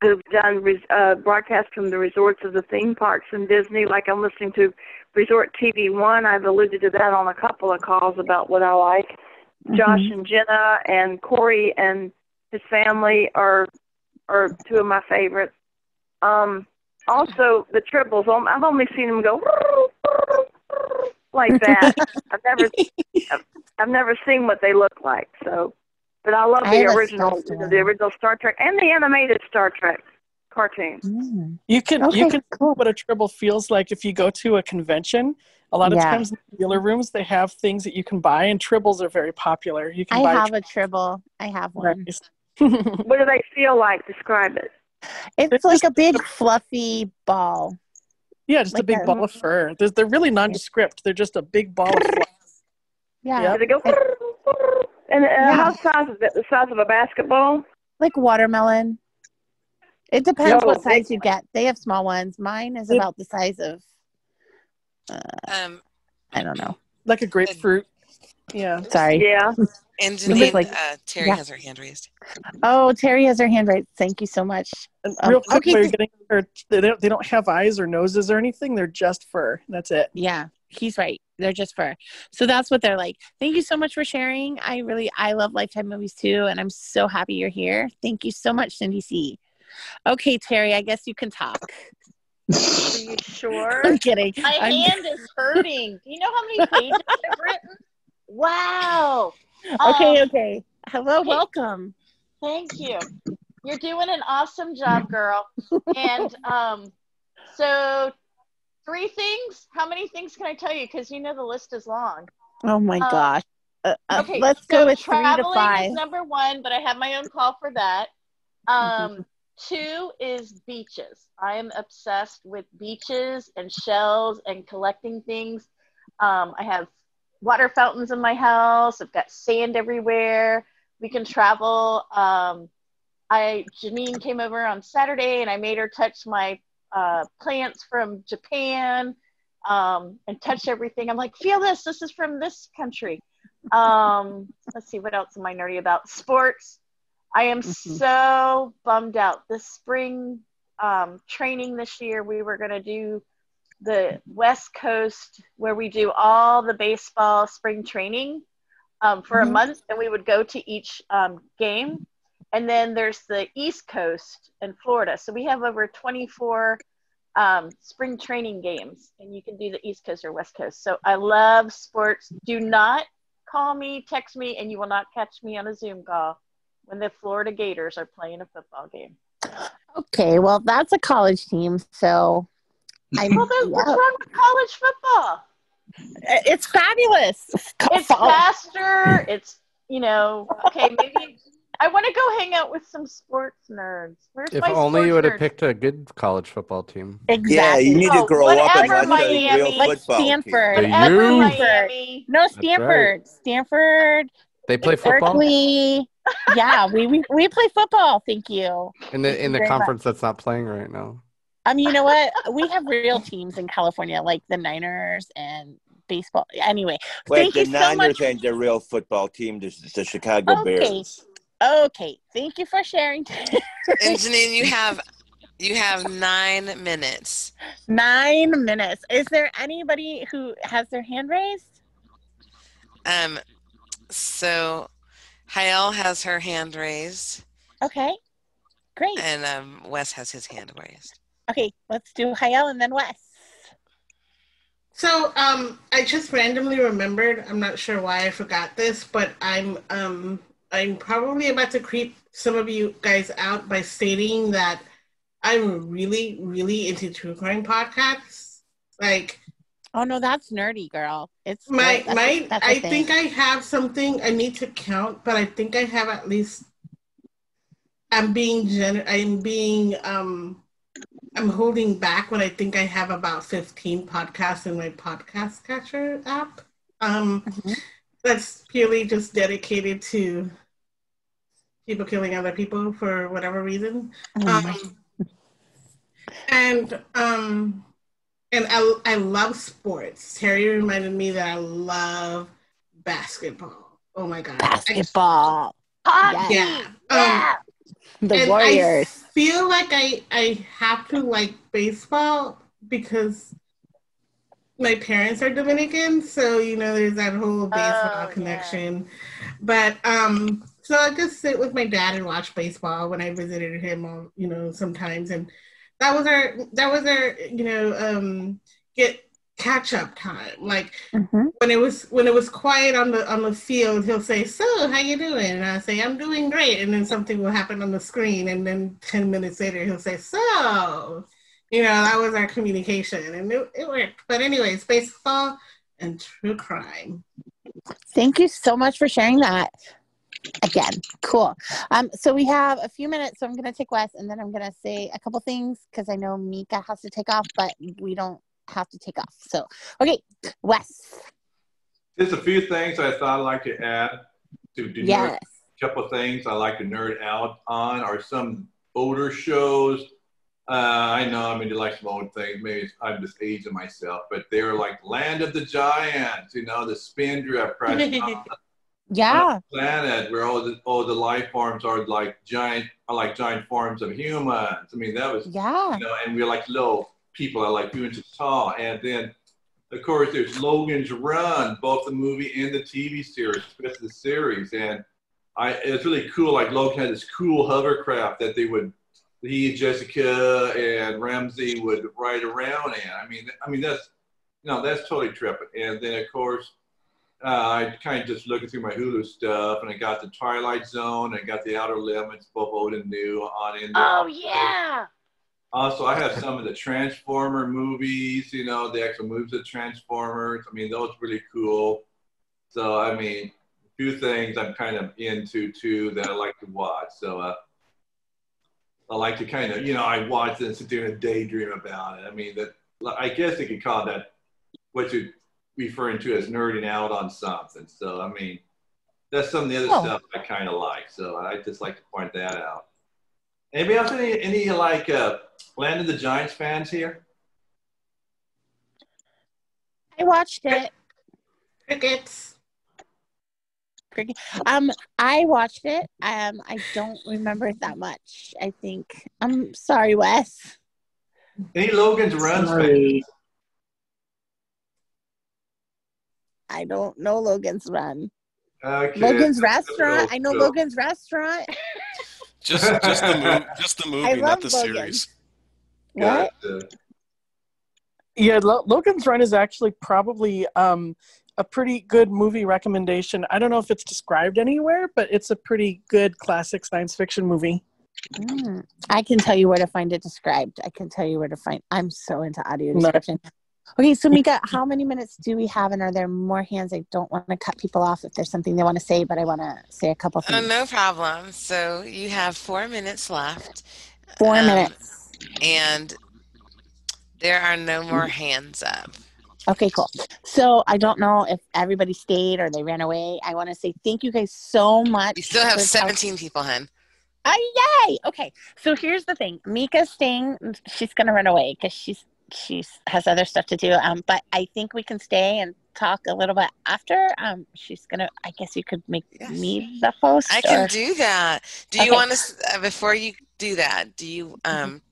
F: who've done res- uh, broadcasts from the resorts of the theme parks in Disney. Like I'm listening to Resort TV One. I've alluded to that on a couple of calls about what I like.
A: Oh.
F: Josh
A: Mm-hmm.
O: Mm-hmm.
F: and Jenna and Corey and his family are are two of my favorites. Um, also, the tribbles. um, I've only seen them go like that. I've never I've, I've never seen what they look like. So, but I love
P: I
F: the
P: have a
F: original
P: stuffed
F: you know,
P: one.
F: the original Star Trek and the animated Star Trek cartoons.
J: Mm-hmm.
A: Hmm.
J: You can
F: Okay,
J: you can cool. what a tribble feels like if you go to a convention. A lot of
A: Yeah.
J: times in the dealer rooms they have things that you can buy, and tribbles are very popular. You can
A: I
J: buy
A: have a tribble. I have one.
F: what do they feel like? Describe it.
A: It's like a big fluffy ball.
J: yeah, just a
A: like
J: big
A: a-
J: ball of fur. They're, they're really nondescript. They're just a big ball of fur.
A: Yeah.
F: Do they go and uh,
A: Yeah.
F: how size is it? The size of a basketball?
A: Like watermelon. It depends
F: No,
A: what
F: big
A: size you get. They have small ones. Mine is
J: Yeah.
A: about the size of uh,
B: Um,
A: I don't know.
J: like a grapefruit. Yeah.
A: Sorry.
F: Yeah.
B: Engineer
A: like-
B: uh, Terry
A: yeah.
B: has her hand raised.
A: Oh, Terry has her hand raised. Thank you so much. Um,
J: Real quick,
A: okay,
J: while
A: so-
J: you're getting fur, they don't they don't have eyes or noses or anything. They're just fur. That's it.
A: Yeah, he's right. They're just fur. So that's what they're like. Thank you so much for sharing. I really I love Lifetime movies too, and I'm so happy you're here. Thank you so much, Cindy C. Okay, Terry, I guess you can talk.
C: Are you sure?
A: I'm kidding.
C: My
A: I'm-
C: hand is hurting. Do you know how many pages I've written? Wow.
A: Okay,
C: Um,
A: okay. Hello,
C: okay.
A: welcome.
C: Thank you. You're doing an awesome job, girl. And um, so, three things. How many things can I tell you? Because you know the list is long.
A: Oh my
C: Um,
A: gosh. Uh, uh,
C: okay,
A: let's
C: so
A: go with three
C: traveling
A: to five.
C: is number one, but I have my own call for that. Um,
A: Mm-hmm.
C: two is beaches. I am obsessed with beaches and shells and collecting things. Um, I have water fountains in my house. I've got sand everywhere. We can travel. Um, I Janine came over on Saturday and I made her touch my uh, plants from Japan um, and touch everything. I'm like, feel this. This is from this country. Um, let's see, what else am I nerdy about? Sports. I am so bummed out. This spring um, training this year, we were going to do the West Coast where we do all the baseball spring training um, for
A: Mhm.
C: a month, and we would go to each um, game. And then there's the East Coast and Florida. So we have over 24 um, spring training games, and you can do the East Coast or West Coast. So I love sports. Do not call me, text me, and you will not catch me on a Zoom call when the Florida Gators are playing a football game.
A: Okay, well that's a college team, so I'm
C: Well, then, what's wrong with college football?
A: It's fabulous.
C: It's faster. It's you know, okay, maybe I want to go hang out with some sports nerds. Where's
E: If
C: my
E: only you
C: sports
E: would
C: nerds?
E: have picked a good college football team.
A: Exactly.
N: Yeah, you need to
C: Oh,
N: grow up and
C: whatever,
N: watch a real
C: Miami.
A: like
N: football team.
A: Stanford.
E: The Whatever, youth.
C: Miami.
A: No,
E: right.
A: Stanford. Stanford.
E: They play football
A: Berkeley. yeah, we, we we play football. Thank you.
E: in the in the
A: Very much.
E: conference that's not playing right now.
A: Um, you know what? We have real teams in California, like the Niners and baseball. Anyway,
N: Wait,
A: thank you
N: the
A: so
N: Niners
A: much.
N: ain't the real football team. This is the Chicago
A: Okay.
N: Bears.
A: Okay. Thank you for sharing.
B: And Janine, you have you have nine minutes.
A: Nine minutes. Is there anybody who has their hand raised?
B: Um, so Hayel has her hand raised.
A: Okay. Great.
B: And um, Wes has his hand raised.
A: Okay, let's do Hayel and then Wes.
K: So um, I just randomly remembered. I'm not sure why I forgot this, but I'm um, I'm probably about to creep some of you guys out by stating that I'm really, really into true crime podcasts. Like,
A: oh no, that's nerdy, girl. It's
K: my
A: great. That's a-
K: my.
A: that's a
K: I
A: thing.
K: think I have something. I need to count, but I think I have at least. I'm being gen. I'm being um. I'm holding back when I think I have about 15 podcasts in my podcast catcher app. Um,
A: Mm-hmm.
K: That's purely just dedicated to people killing other people for whatever reason.
A: Oh
K: Um, and um, and I, I love sports. Terry reminded me that I love basketball. Oh my God.
A: Basketball. Hockey.
K: Yeah. Um,
A: Yeah. The Warriors.
K: I feel like I, I have to like baseball because my parents are Dominican, so you know there's that whole baseball connection. But um so I just sit with my dad and watch baseball when I visited him all, you know, sometimes and that was our that was our, you know, um get catch up time. Like when it was when it was quiet on the on the field, he'll say, "So, how you doing?" And I say, "I'm doing great." And then something will happen on the screen, and then ten minutes later, he'll say, "So," you know, that was our communication, and it, it worked. But anyways, baseball and true crime.
A: Thank you so much for sharing that. Again, cool. Um, so we have a few minutes, so I'm going to take Wes, and then I'm going to say a couple things because I know Mika has to take off, but we don't have to take off. So, okay, Wes.
G: There's a few things I thought I'd like to add to do
A: Yes.
G: a couple of things I like to nerd out on are some older shows. Uh, I know I'm into like some old things. Maybe it's, I'm just aging myself, but they're like Land of the Giants, you know, the Spindrift Crash
A: yeah.
G: planet where all the, all the life forms are like giant are like giant forms of humans. I mean that was
A: Yeah.
G: you know, and we're like little people are like two inches tall. And then of course there's Logan's Run, both the movie and the TV series, especially the series. And I it was really cool. Like Logan had this cool hovercraft that they would he and Jessica and Ramsey would ride around in. I mean I mean that's no, that's totally tripping. And then of course uh, I kind of just looking through my Hulu stuff, and I got the Twilight Zone, I got the Outer Limits, both old and new, on in there.
A: Oh, yeah.
G: Also, I have some of the Transformer movies. You know, the actual movies of Transformers. I mean, those are really cool. So, I mean, a few things I'm kind of into too that I like to watch. So, uh, I like to kind of, you know, I watch this and do a daydream about it. I mean, that I guess you could call that what you're referring to as nerding out on something. So, I mean, that's some of the other
A: Oh.
G: stuff I kind of like. So, I just like to point that out. Anybody else any, any like uh, Land of the Giants fans here?
A: I watched it.
K: Crickets.
A: Cricket. Um, I watched it. Um, I don't remember it that much. I think. I'm sorry, Wes.
G: Any Logan's Run fans?
A: I don't know Logan's Run.
G: Okay.
A: Logan's
G: that's a
A: Restaurant.
G: real
A: I know
G: show.
A: Logan's Restaurant.
I: Just just the movie, just the movie,
A: love
I: not the
A: Logan.
I: series.
A: What?
J: Yeah, Lo- Logan's Run is actually probably um, a pretty good movie recommendation. I don't know if it's described anywhere, but it's a pretty good classic science fiction movie.
A: Mm, I can tell you where to find it described. I can tell you where to find. I'm so into audio
J: Nice.
A: description. Okay, so Mika, how many minutes do we have, and are there more hands? I don't want to cut people off if there's something they want to say, but I want to say a couple
B: Oh,
A: things.
B: no problem. So you have four minutes left,
A: Four minutes.
B: and there are no more hands up.
A: Okay, cool. So I don't know if everybody stayed or they ran away. I want to say thank you guys so much.
B: You still have
A: for talking-
B: 17 people, hen.
A: Oh, yay! Okay, so here's the thing. Mika's staying. She's gonna run away because she's she's has other stuff to do. Um, but I think we can stay and talk a little bit after. Um, she's gonna. I guess you could make me the host.
B: I can
A: or-
B: do that. Do you
A: Okay.
B: want
A: Mm-hmm.
B: to uh, before you do that? Do you um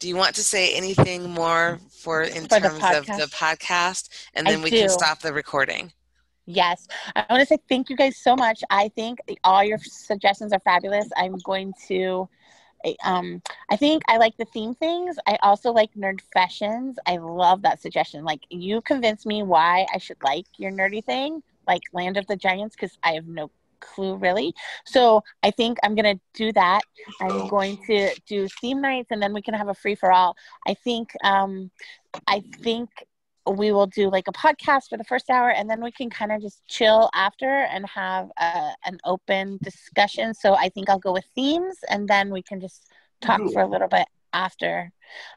B: do you want to say anything more for in
A: For the
B: terms of the podcast, and
A: I
B: then we can
A: do.
B: stop the recording?
A: Yes. I want to say thank you guys so much. I think all your suggestions are fabulous. I'm going to I- um I think I like the theme things. I also like nerd fashions. I love that suggestion. Like you convinced me why I should like your nerdy thing, like Land of the Giants cuz I have no clue really. So, I think I'm going to do that. I'm going to do theme nights and then we can have a free for all. I think um I think we will do like a podcast for the first hour and then we can kind of just chill after and have uh an open discussion so i think i'll go with themes and then we can just talk for a little bit after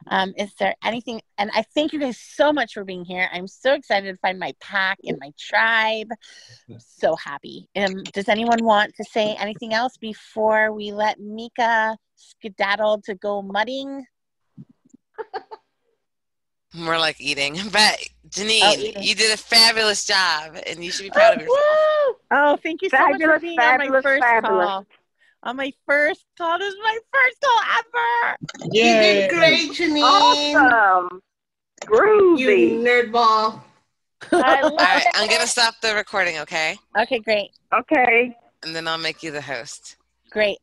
A: um is there anything and i thank you guys so much for being here i'm so excited to find my pack and my tribe so happy um does anyone want to say anything else before we let mika skedaddle to go mudding
B: More like eating, but Janine,
A: Oh, eating.
B: you did a fabulous job, and you should be proud of yourself.
A: Oh, thank you so much for
B: Fabulous,
A: being on my
B: fabulous,
A: first
B: fabulous.
A: call. On my first call, this is my first call ever.
K: You did great, Janine.
V: Awesome. Groovy.
K: You nerd ball.
A: I
B: All right, I'm gonna stop the recording, okay?
A: Okay, great.
V: Okay.
B: And then I'll make you the host.
A: Great.